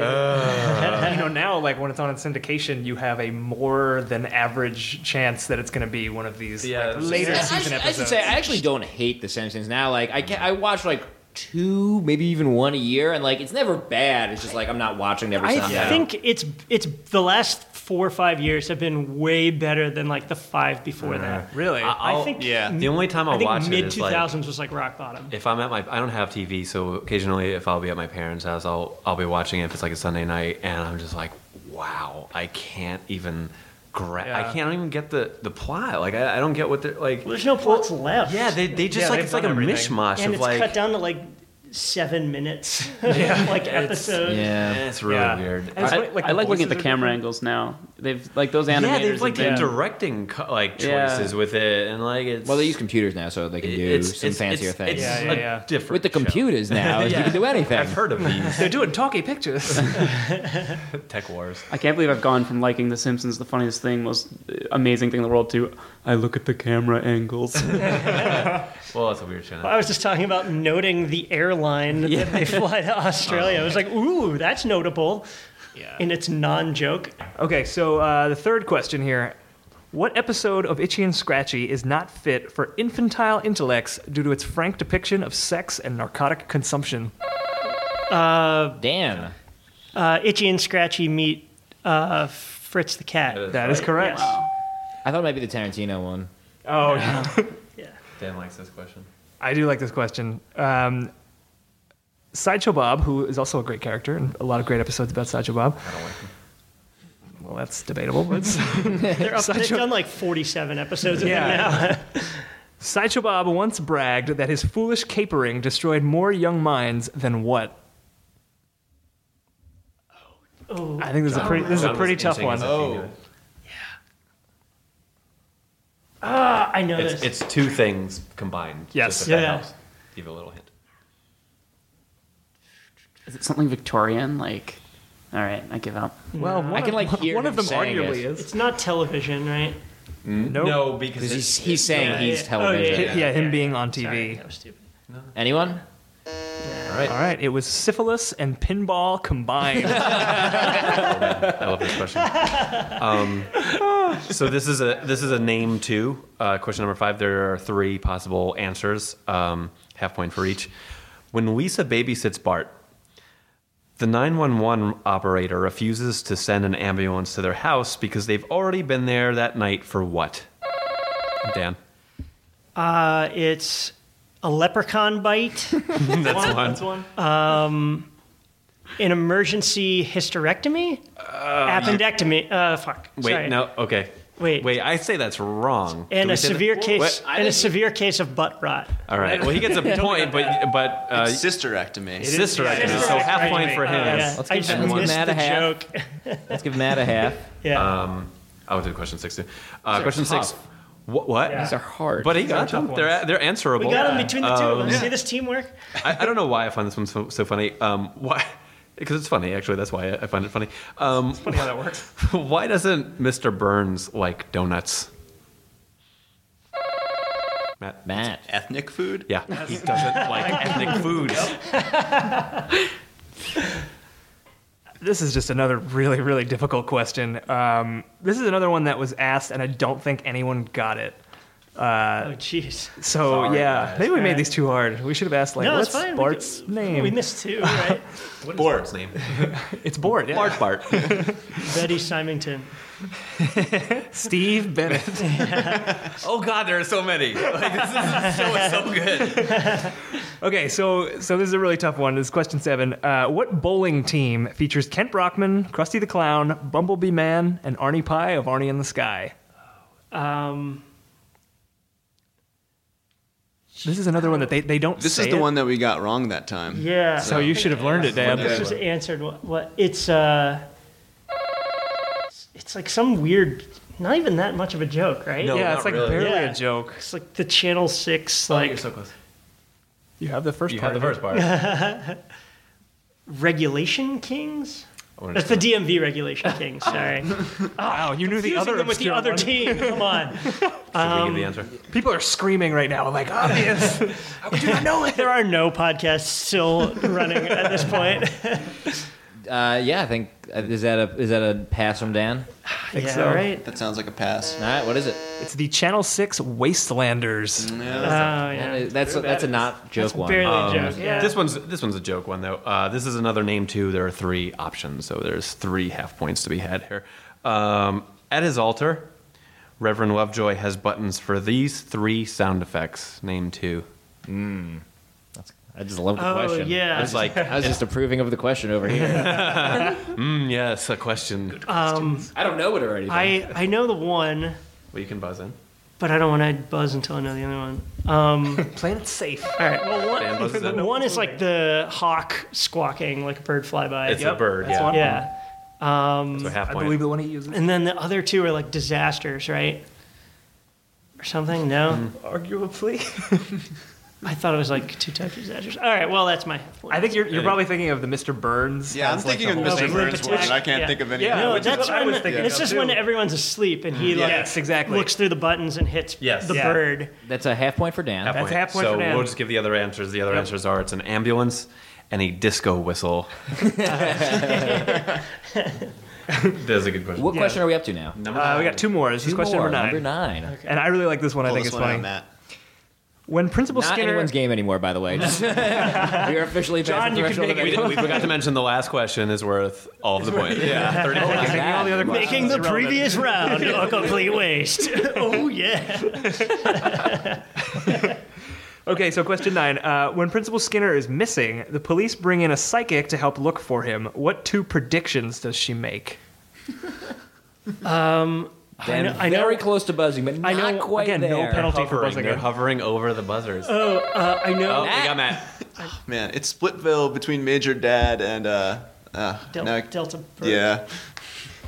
S5: you know now like when it's on in syndication, you have a more than average chance that it's going to be one of these like,
S2: Yeah, that's-
S5: later
S1: I,
S5: season
S1: should, I should
S5: episodes.
S1: say I actually don't hate The Simpsons now. Like I can I watch like two, maybe even one a year, and like it's never bad. It's just like I'm not watching it every Sunday.
S4: I think it's it's the last four or five years have been way better than like the five before that.
S5: really.
S4: I
S2: I'll-
S4: think
S6: yeah.
S2: The only time Uh, I'll
S4: I
S2: watch
S4: think
S2: it
S4: mid
S2: is,
S4: two
S2: like-
S4: thousands was like rock bottom.
S2: if I'm at my, I don't have TV, so occasionally if I'll be at my parents' house, I'll I'll be watching it if it's like a Sunday night, and I'm just like, wow, I can't even, gra- I
S5: Yeah.
S2: can't even get the the plot. Like I, I don't get what they're like.
S4: Well, there's no plots left.
S2: Yeah, they they just
S5: Yeah,
S2: like
S5: they've
S2: it's like a
S5: done everything.
S2: mishmash
S4: and
S2: of
S4: it's
S2: like.
S4: cut down to like seven minutes, like episode.
S1: Yeah.
S2: eh, It's really
S5: Yeah.
S2: weird.
S5: And it's
S2: I-
S5: funny,
S7: I like looking
S5: voices
S7: at the
S5: are
S7: camera angles now. They've like those animators.
S2: yeah, they've like
S7: have been-
S2: directing co- like
S7: Yeah.
S2: choices with it, and like it's
S1: Well, they use computers now, so they can do
S2: it's,
S1: some
S2: it's,
S1: fancier
S2: it's,
S1: things.
S2: It's
S5: Yeah, yeah,
S2: a
S5: yeah.
S2: different
S1: With the
S2: show.
S1: computers now, you can do anything.
S2: I've heard of these
S5: They're doing talkie pictures.
S2: tech wars.
S7: I can't believe I've gone from liking The Simpsons, the funniest thing, most amazing thing in the world, to I look at the camera angles.
S2: Well, it's a weird channel.
S4: I was just talking about noting the airline that they fly to Australia. I was like, ooh, that's notable.
S5: Yeah.
S4: And it's non joke.
S5: okay, so uh, the third question here: What episode of Itchy and Scratchy is not fit for infantile intellects due to its frank depiction of sex and narcotic consumption?
S1: Dan.
S4: Uh, itchy and Scratchy meet uh, Fritz the cat.
S2: Uh,
S5: That is correct.
S1: I thought it might be the Tarantino one.
S5: Oh, yeah.
S2: Dan likes this question.
S5: I do like this question. Um, Sideshow Bob, who is also a great character and a lot of great episodes about Sideshow Bob. I don't like him. Well, that's debatable. But
S4: They're up, they've
S5: Sideshow-
S4: done like 47 episodes of
S5: Yeah.
S4: it now.
S5: Sideshow Bob once bragged that his foolish capering destroyed more young minds than what? Oh, I think this is a pretty, this is a
S2: John
S5: pretty
S2: was
S5: tough
S2: inching
S5: one.
S2: as if he knew it.
S4: I know
S2: It's,
S4: this.
S2: it's two things combined.
S5: Yes.
S2: Just if that
S4: Yeah.
S2: helps. Give a little hint.
S7: Is it something Victorian? Like, all right, I give up.
S5: Well, one
S1: I can,
S5: of-
S1: like, hear
S5: one
S1: him
S5: of them
S1: saying
S5: arguably
S1: it.
S5: is.
S4: It's not television, right?
S5: Nope.
S2: No, because
S1: Because
S2: it's,
S1: he's, he's saying
S4: yeah,
S1: he's
S4: yeah.
S1: television.
S4: Oh,
S5: Yeah, him being on TV.
S4: Sorry, that was stupid.
S1: Anyone?
S2: all right.
S5: All right, it was syphilis and pinball combined.
S2: I love this question. Um, so this is a this is a name two. Uh, question number five. There are three possible answers. Um, half point for each. When Lisa babysits Bart, the 911 operator refuses to send an ambulance to their house because they've already been there that night for what? Dan.
S4: Uh, it's a leprechaun bite.
S2: That's one.
S5: one.
S4: an emergency hysterectomy, appendectomy. Uh, fuck.
S2: Wait,
S4: Sorry.
S2: no, okay.
S4: Wait.
S2: Wait, I say that's wrong. Did
S4: And
S2: we
S4: a
S2: say that?
S4: severe case,
S2: What?
S4: and a severe case of butt rot.
S2: All right. Well, he gets a point, but but uh,
S6: It's sisterectomy.
S2: sister activist, so half point for him.
S4: Yeah.
S8: Let's
S4: I
S8: give
S4: just
S8: that one
S4: missed
S8: Matt
S4: the
S8: a half.
S4: joke.
S8: Let's give Matt a half.
S4: Yeah.
S2: Uh, I went to Oh, question six too. Uh, question six.
S1: tough.
S2: What? what?
S8: These are hard.
S2: But he got
S5: tough
S2: them. They're they're answerable.
S4: we got him between the two of
S2: Um,
S4: them. See this teamwork?
S2: I, I don't know why I find this one so, so funny. Um, why? Because it's funny, actually. That's why I I find it funny. Um,
S5: Funny how that works.
S2: why doesn't Mr. Burns like donuts? Matt.
S1: Matt.
S6: Ethnic food?
S2: Yeah, he doesn't like ethnic foods.
S5: This is just another really, really difficult question. Um, this is another one that was asked, and I don't think anyone got it.
S2: Uh,
S4: Oh, jeez.
S5: So yeah, maybe we made these too hard. We should have asked like,
S4: No, it's
S5: what's
S4: fine. We
S5: Bart's
S4: could-
S5: name?
S4: We missed two, right?
S2: Bart's name.
S5: it's Bort. Yeah.
S2: Bart Bart.
S4: Betty Symington.
S5: Steve Bennett.
S2: Oh God, there are so many. Like, this is so so good.
S5: Okay, so so this is a really tough one. This is question seven. Uh, what bowling team features Kent Brockman, Krusty the Clown, Bumblebee Man, and Arnie Pie of Arnie in the Sky?
S4: Um,
S5: This is another one that they, they don't.
S6: This
S5: say
S6: is the
S5: it.
S6: one that we got wrong that time.
S4: yeah.
S5: So you should have learned it, Dan.
S4: This was answered. What, what? It's uh, it's like some weird. Not even that much of a joke, right?
S2: No.
S5: yeah,
S2: not
S5: it's like
S2: really.
S5: barely
S4: Yeah.
S5: a joke.
S4: It's like the Channel Six, like
S2: close.
S5: You have the first
S2: You
S5: part.
S2: have the first part.
S4: Regulation Kings. That's the DMV Regulation Kings. Sorry,
S5: Wow, you knew the
S4: Fusing
S5: other
S4: them with the
S5: obscure
S4: other
S5: one.
S4: team. Come on.
S2: Should we give the answer?
S5: People are screaming right now, like obvious. How would you not know it?
S4: There are no podcasts still running at this point.
S1: Uh, yeah, I think uh, is that a is that a pass from Dan?
S4: yeah,
S5: so.
S4: right.
S6: That sounds like a pass.
S1: All right, what is it?
S5: It's the Channel Six Wastelanders.
S6: Mm-hmm.
S4: Oh yeah.
S1: uh, That's that's a not joke one.
S4: Barely a joke. Yeah.
S2: This one's this one's a joke one though. Uh, this is another name too. There are three options, so there's three half points to be had here. Um, at his altar, Reverend Lovejoy has buttons for these three sound effects. Name two.
S1: I just love the
S4: Oh,
S1: question.
S4: yeah.
S1: I was like, I was just approving of the question over here.
S2: Mm, yes, a question.
S1: I don't know it already.
S4: I I know the one,
S2: well, you can buzz in.
S4: but I don't want to buzz until I know the other one. Um,
S5: Playing it safe.
S4: all right. Well, one,
S2: Dan buzzes in.
S4: One is like the hawk squawking like a bird flyby.
S2: It's a bird.
S5: That's
S2: yeah.
S5: one.
S4: Yeah.
S2: So
S4: Um,
S2: half
S5: I
S2: point.
S5: believe the one he uses.
S4: and then the other two are like disasters, right? Or something? No?
S5: Arguably.
S4: I thought it was like two types of disasters. All right, well, that's my half point.
S5: I think you're, you're probably thinking of the Mr. Burns.
S6: Yeah, I'm
S5: as, like,
S6: thinking
S5: the
S6: of
S5: whole
S6: Mr.
S4: thing.
S6: Burns one. and I can't
S4: Yeah.
S6: think of any.
S5: Yeah.
S4: No,
S5: which is
S4: that's
S5: what I
S4: what I'm
S5: was thinking
S4: It's
S5: of,
S4: just
S5: too.
S4: when everyone's asleep and he like
S5: Yes, exactly.
S4: looks through the buttons and hits
S2: Yes.
S4: the
S5: Yeah.
S4: bird.
S1: That's a half point for Dan.
S2: Half
S5: That's
S2: point.
S5: half point
S2: So
S5: for Dan.
S2: we'll just give the other answers. The other answers are: it's an ambulance and a disco whistle. That's a good question.
S1: What question are we up to now?
S2: Number
S5: Uh,
S2: nine.
S5: we got two more. This is question number nine.
S1: Number nine. Okay.
S5: And I really like this one. I
S6: Pull
S5: think
S6: this
S5: it's
S6: one out,
S5: funny.
S6: Matt.
S5: When Principal
S1: Not
S5: Skinner.
S1: anyone's game anymore, by the way. Just- we are officially
S5: John,
S1: past the
S5: you can
S1: threshold
S5: make
S1: of
S2: We, did- we forgot to mention the last question is worth all of the points. Yeah, thirty points.
S1: any-
S5: all the other
S1: Wow.
S5: questions.
S4: Making the previous round a complete waste. oh, yeah.
S5: Okay, so question nine. Uh, when Principal Skinner is missing, the police bring in a psychic to help look for him. What two predictions does she make?
S1: Dan,
S4: know- I know-
S1: very close to buzzing, but not
S4: I know-
S1: quite
S5: again, no
S1: there.
S5: penalty. for
S2: Hovering.
S5: buzzing
S2: They're
S5: in.
S2: hovering over the buzzers. Oh,
S4: Oh, uh, I know.
S2: we got Matt.
S6: Man, it's Splitville between Major Dad and. Uh, uh,
S4: Del-
S6: now I-
S4: Delta bird.
S6: yeah.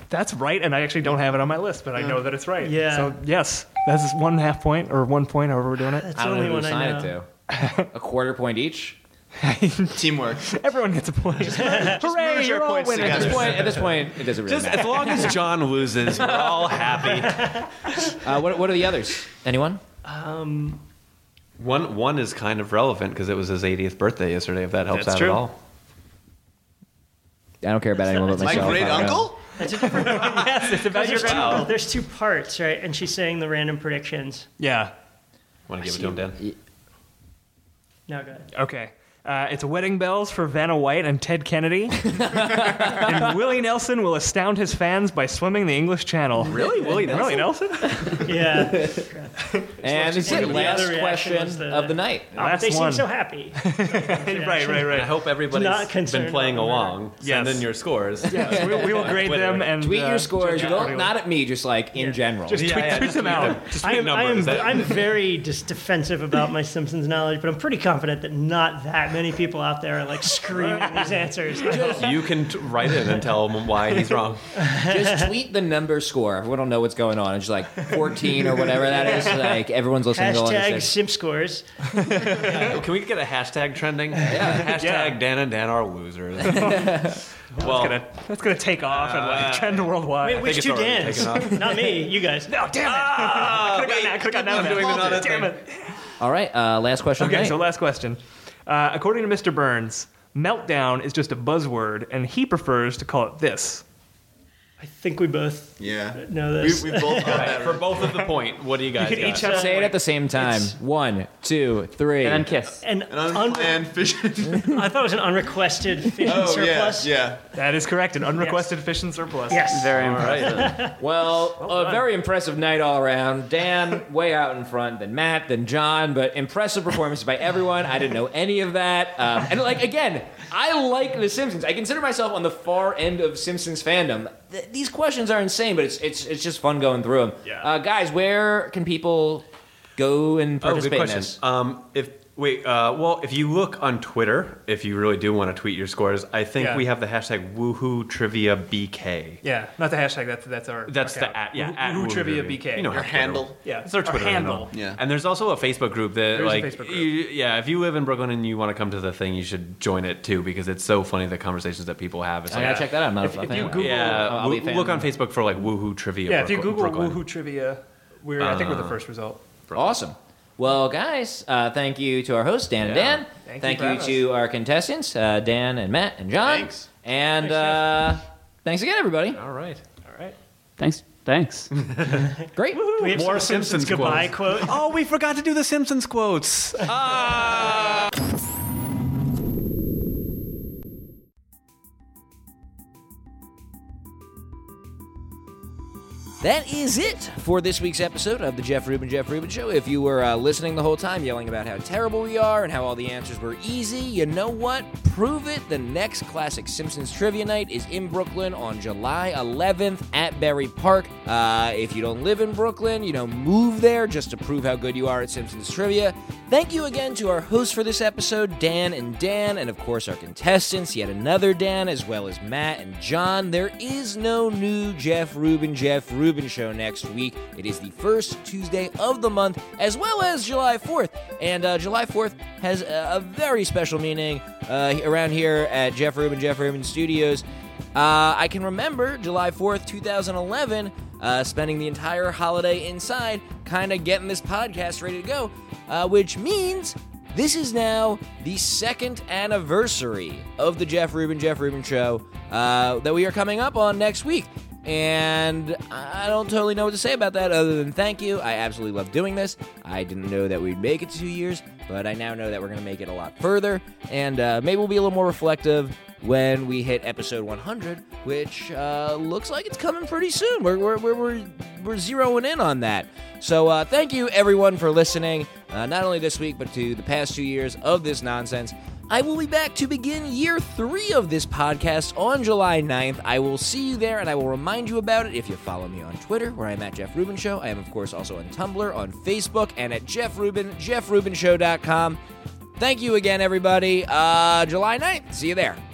S5: That's right, and I actually don't have it on my list, but I know that it's right.
S4: Yeah.
S5: So, yes, that's one half point or one point, however we're doing it.
S4: That's
S1: I
S4: the
S1: don't know
S4: only
S1: who
S4: one
S1: to
S4: I
S1: sign
S4: know.
S1: it to. A quarter point each.
S6: Teamwork.
S5: Everyone gets a point. Hooray,
S6: merge your
S5: you're all
S6: points
S5: winning.
S1: At
S6: together.
S1: this point, at this point, it doesn't really
S2: Just as
S1: matter.
S2: long as John loses, we're all happy.
S1: Uh, what, what are the others? Anyone?
S2: One one is kind of relevant because it was his 80th birthday yesterday. If that helps
S5: That's
S2: out
S5: true.
S2: at all.
S1: I don't care about anyone but
S6: My
S1: myself.
S6: great
S1: I don't know.
S6: uncle?
S4: That's a different
S5: Yes, it's about your
S4: there's,
S5: grandma.
S4: two, there's two parts, right? And she's saying the random predictions.
S5: Yeah.
S2: Want to give it to him, Dan?
S5: Okay. Uh, it's Wedding Bells for Vanna White and Ted Kennedy. and Willie Nelson will astound his fans by swimming the English Channel.
S2: Really, Willie
S5: Willie
S2: Nelson?
S5: Nelson?
S4: Yeah.
S10: And it's it.
S4: the
S10: Last
S4: other reaction
S10: question
S4: was the-
S10: of the night.
S5: Last
S4: they seem
S5: one.
S4: so happy.
S5: right, right,
S2: I
S5: right.
S2: hope everybody's
S4: Not concerned
S2: been playing
S4: about the
S2: along. Send
S5: Yes.
S2: in your scores.
S5: Yes, we, we will grade
S2: Twitter.
S5: them and
S10: Tweet
S5: uh,
S10: your scores.
S5: judge
S10: Don't,
S5: accordingly.
S10: not at me, just like in general.
S5: Just tweet,
S2: Yeah, yeah,
S5: tweet
S2: just
S5: them
S2: tweet
S5: out.
S2: Just
S4: I
S2: tweet
S4: am, I am,
S2: numbers. That-
S4: I'm very just defensive about my Simpsons knowledge, but I'm pretty confident that not that many people out there are like screaming these answers. I hope.
S2: you can t- write in and tell him why he's wrong.
S10: just tweet the number score. Everyone will know what's going on. It's just like 14 or whatever that is. Like everyone's listening to all
S4: Hashtag
S10: this.
S4: Simp scores.
S2: Can we get a hashtag trending? Yeah. Hashtag Dan and Dan are losers. well,
S5: Gonna- that's going to take off and like trend worldwide.
S4: Wait, which
S2: it's
S4: two
S2: already
S4: Dan's?
S2: taken
S4: Not me, you guys.
S5: No, damn it! Ah, could have gotten that. Could have gotten that.
S2: doing the
S5: one.
S2: not a
S5: Damn
S2: thing.
S5: it.
S10: All right, uh, last question. of the
S5: Okay,
S10: night.
S5: so last question. Uh, according to Mr. Burns, meltdown is just a buzzword, and he prefers to call it this.
S4: I think we both
S6: Yeah.
S4: know
S6: We,
S4: this.
S6: we both got that.
S2: for both of the point, what do you guys
S5: You could
S2: got?
S5: each have
S10: Say it at the same time. One, two, three.
S7: And then kiss.
S4: An
S6: An
S4: un-
S6: unplanned fission.
S4: I thought it was an unrequested fish
S6: oh,
S4: surplus.
S6: yeah.
S5: That is correct. An unrequested fish and surplus.
S4: Yes.
S7: Very impressive.
S10: Well, a very impressive night all around. Dan way out in front, then Matt, then John, but impressive performances by everyone. I didn't know any of that. Um, and like again, I like The Simpsons. I consider myself on the far end of Simpsons fandom. Th- these questions are insane, but it's it's it's just fun going through them.
S5: Yeah.
S10: Uh, guys, where can people go and
S2: Oh, good
S10: participate in
S2: question.
S10: this?
S2: Um, if wait, uh, well, if you look on Twitter, if you really do want to tweet your scores, I think
S5: Yeah.
S2: we have the hashtag woohoo trivia BK.
S5: Yeah, not the hashtag. That's that's our.
S2: That's
S5: account.
S2: the at yeah
S5: Who,
S2: at
S5: who
S2: Woohoo
S5: trivia BK?
S2: You know how Twitter-
S6: handle.
S5: Yeah,
S2: it's our Twitter handle.
S6: Yeah.
S2: and there's also a Facebook group that
S5: There is a
S2: like
S5: Facebook group.
S2: You, yeah, if you live in Brooklyn and you want to come to the thing, you should join it too because it's so funny the conversations that people have.
S5: Oh,
S2: It's
S10: I gotta check that out. I'm not a fan.
S5: you
S10: of it.
S5: Google-
S2: Yeah,
S10: I'll be a fan.
S2: look on Facebook for like woohoo trivia.
S5: Yeah, if you
S2: Brooklyn-
S5: Google
S2: Brooklyn. Uh,
S5: woohoo trivia, we're I think we're the first result.
S10: Awesome. Well, guys, uh, thank you to our hosts, Dan and
S2: Yeah.
S10: Dan.
S5: Thank
S10: Thank,
S5: you for
S10: you, to our contestants, uh, Dan and Matt and John.
S6: Thanks.
S10: And uh, thanks again, everybody.
S2: All right.
S5: All right.
S7: Thanks. Thanks.
S10: Great.
S4: We have
S2: More
S4: some Simpsons,
S2: Simpsons
S4: goodbye quote.
S2: Oh, we forgot to do the Simpsons quotes.
S1: That is it for this week's episode of the Jeff Rubin Jeff Rubin Show. If you were uh, listening the whole time, yelling about how terrible we are and how all the answers were easy, you know what? Prove it. The next classic Simpsons trivia night is in Brooklyn on July 11th at Berry Park. Uh, if you don't live in Brooklyn, you know, move there just to prove how good you are at Simpsons trivia. Thank you again to our hosts for this episode, Dan and Dan, and of course our contestants, yet another Dan, as well as Matt and John. There is no new Jeff Rubin Jeff Rubin show next week. It is the first Tuesday of the month, as well as July 4th. And uh, July 4th has a, a very special meaning uh, around here at Jeff Rubin Jeff Rubin Studios. Uh, I can remember July 4th, 2011, uh, spending the entire holiday inside, kind of getting this podcast ready to go, uh, which means this is now the second anniversary of the Jeff Rubin, Jeff Rubin show uh, that we are coming up on next week. And I don't totally know what to say about that other than thank you. I absolutely love doing this. I didn't know that we'd make it to two years, but I now know that we're going to make it a lot further. And uh, maybe we'll be a little more reflective when we hit episode 100, which uh, looks like it's coming pretty soon. We're, we're, we're, we're, we're zeroing in on that. So uh, thank you, everyone, for listening, uh, not only this week, but to the past two years of this nonsense. I will be back to begin year three of this podcast on July 9th. I will see you there and I will remind you about it if you follow me on Twitter, where I'm at Jeff Rubin Show. I am, of course, also on Tumblr, on Facebook, and at Jeff Rubin, jeffrubinshow.com. Thank you again, everybody. Uh, July 9th. See you there.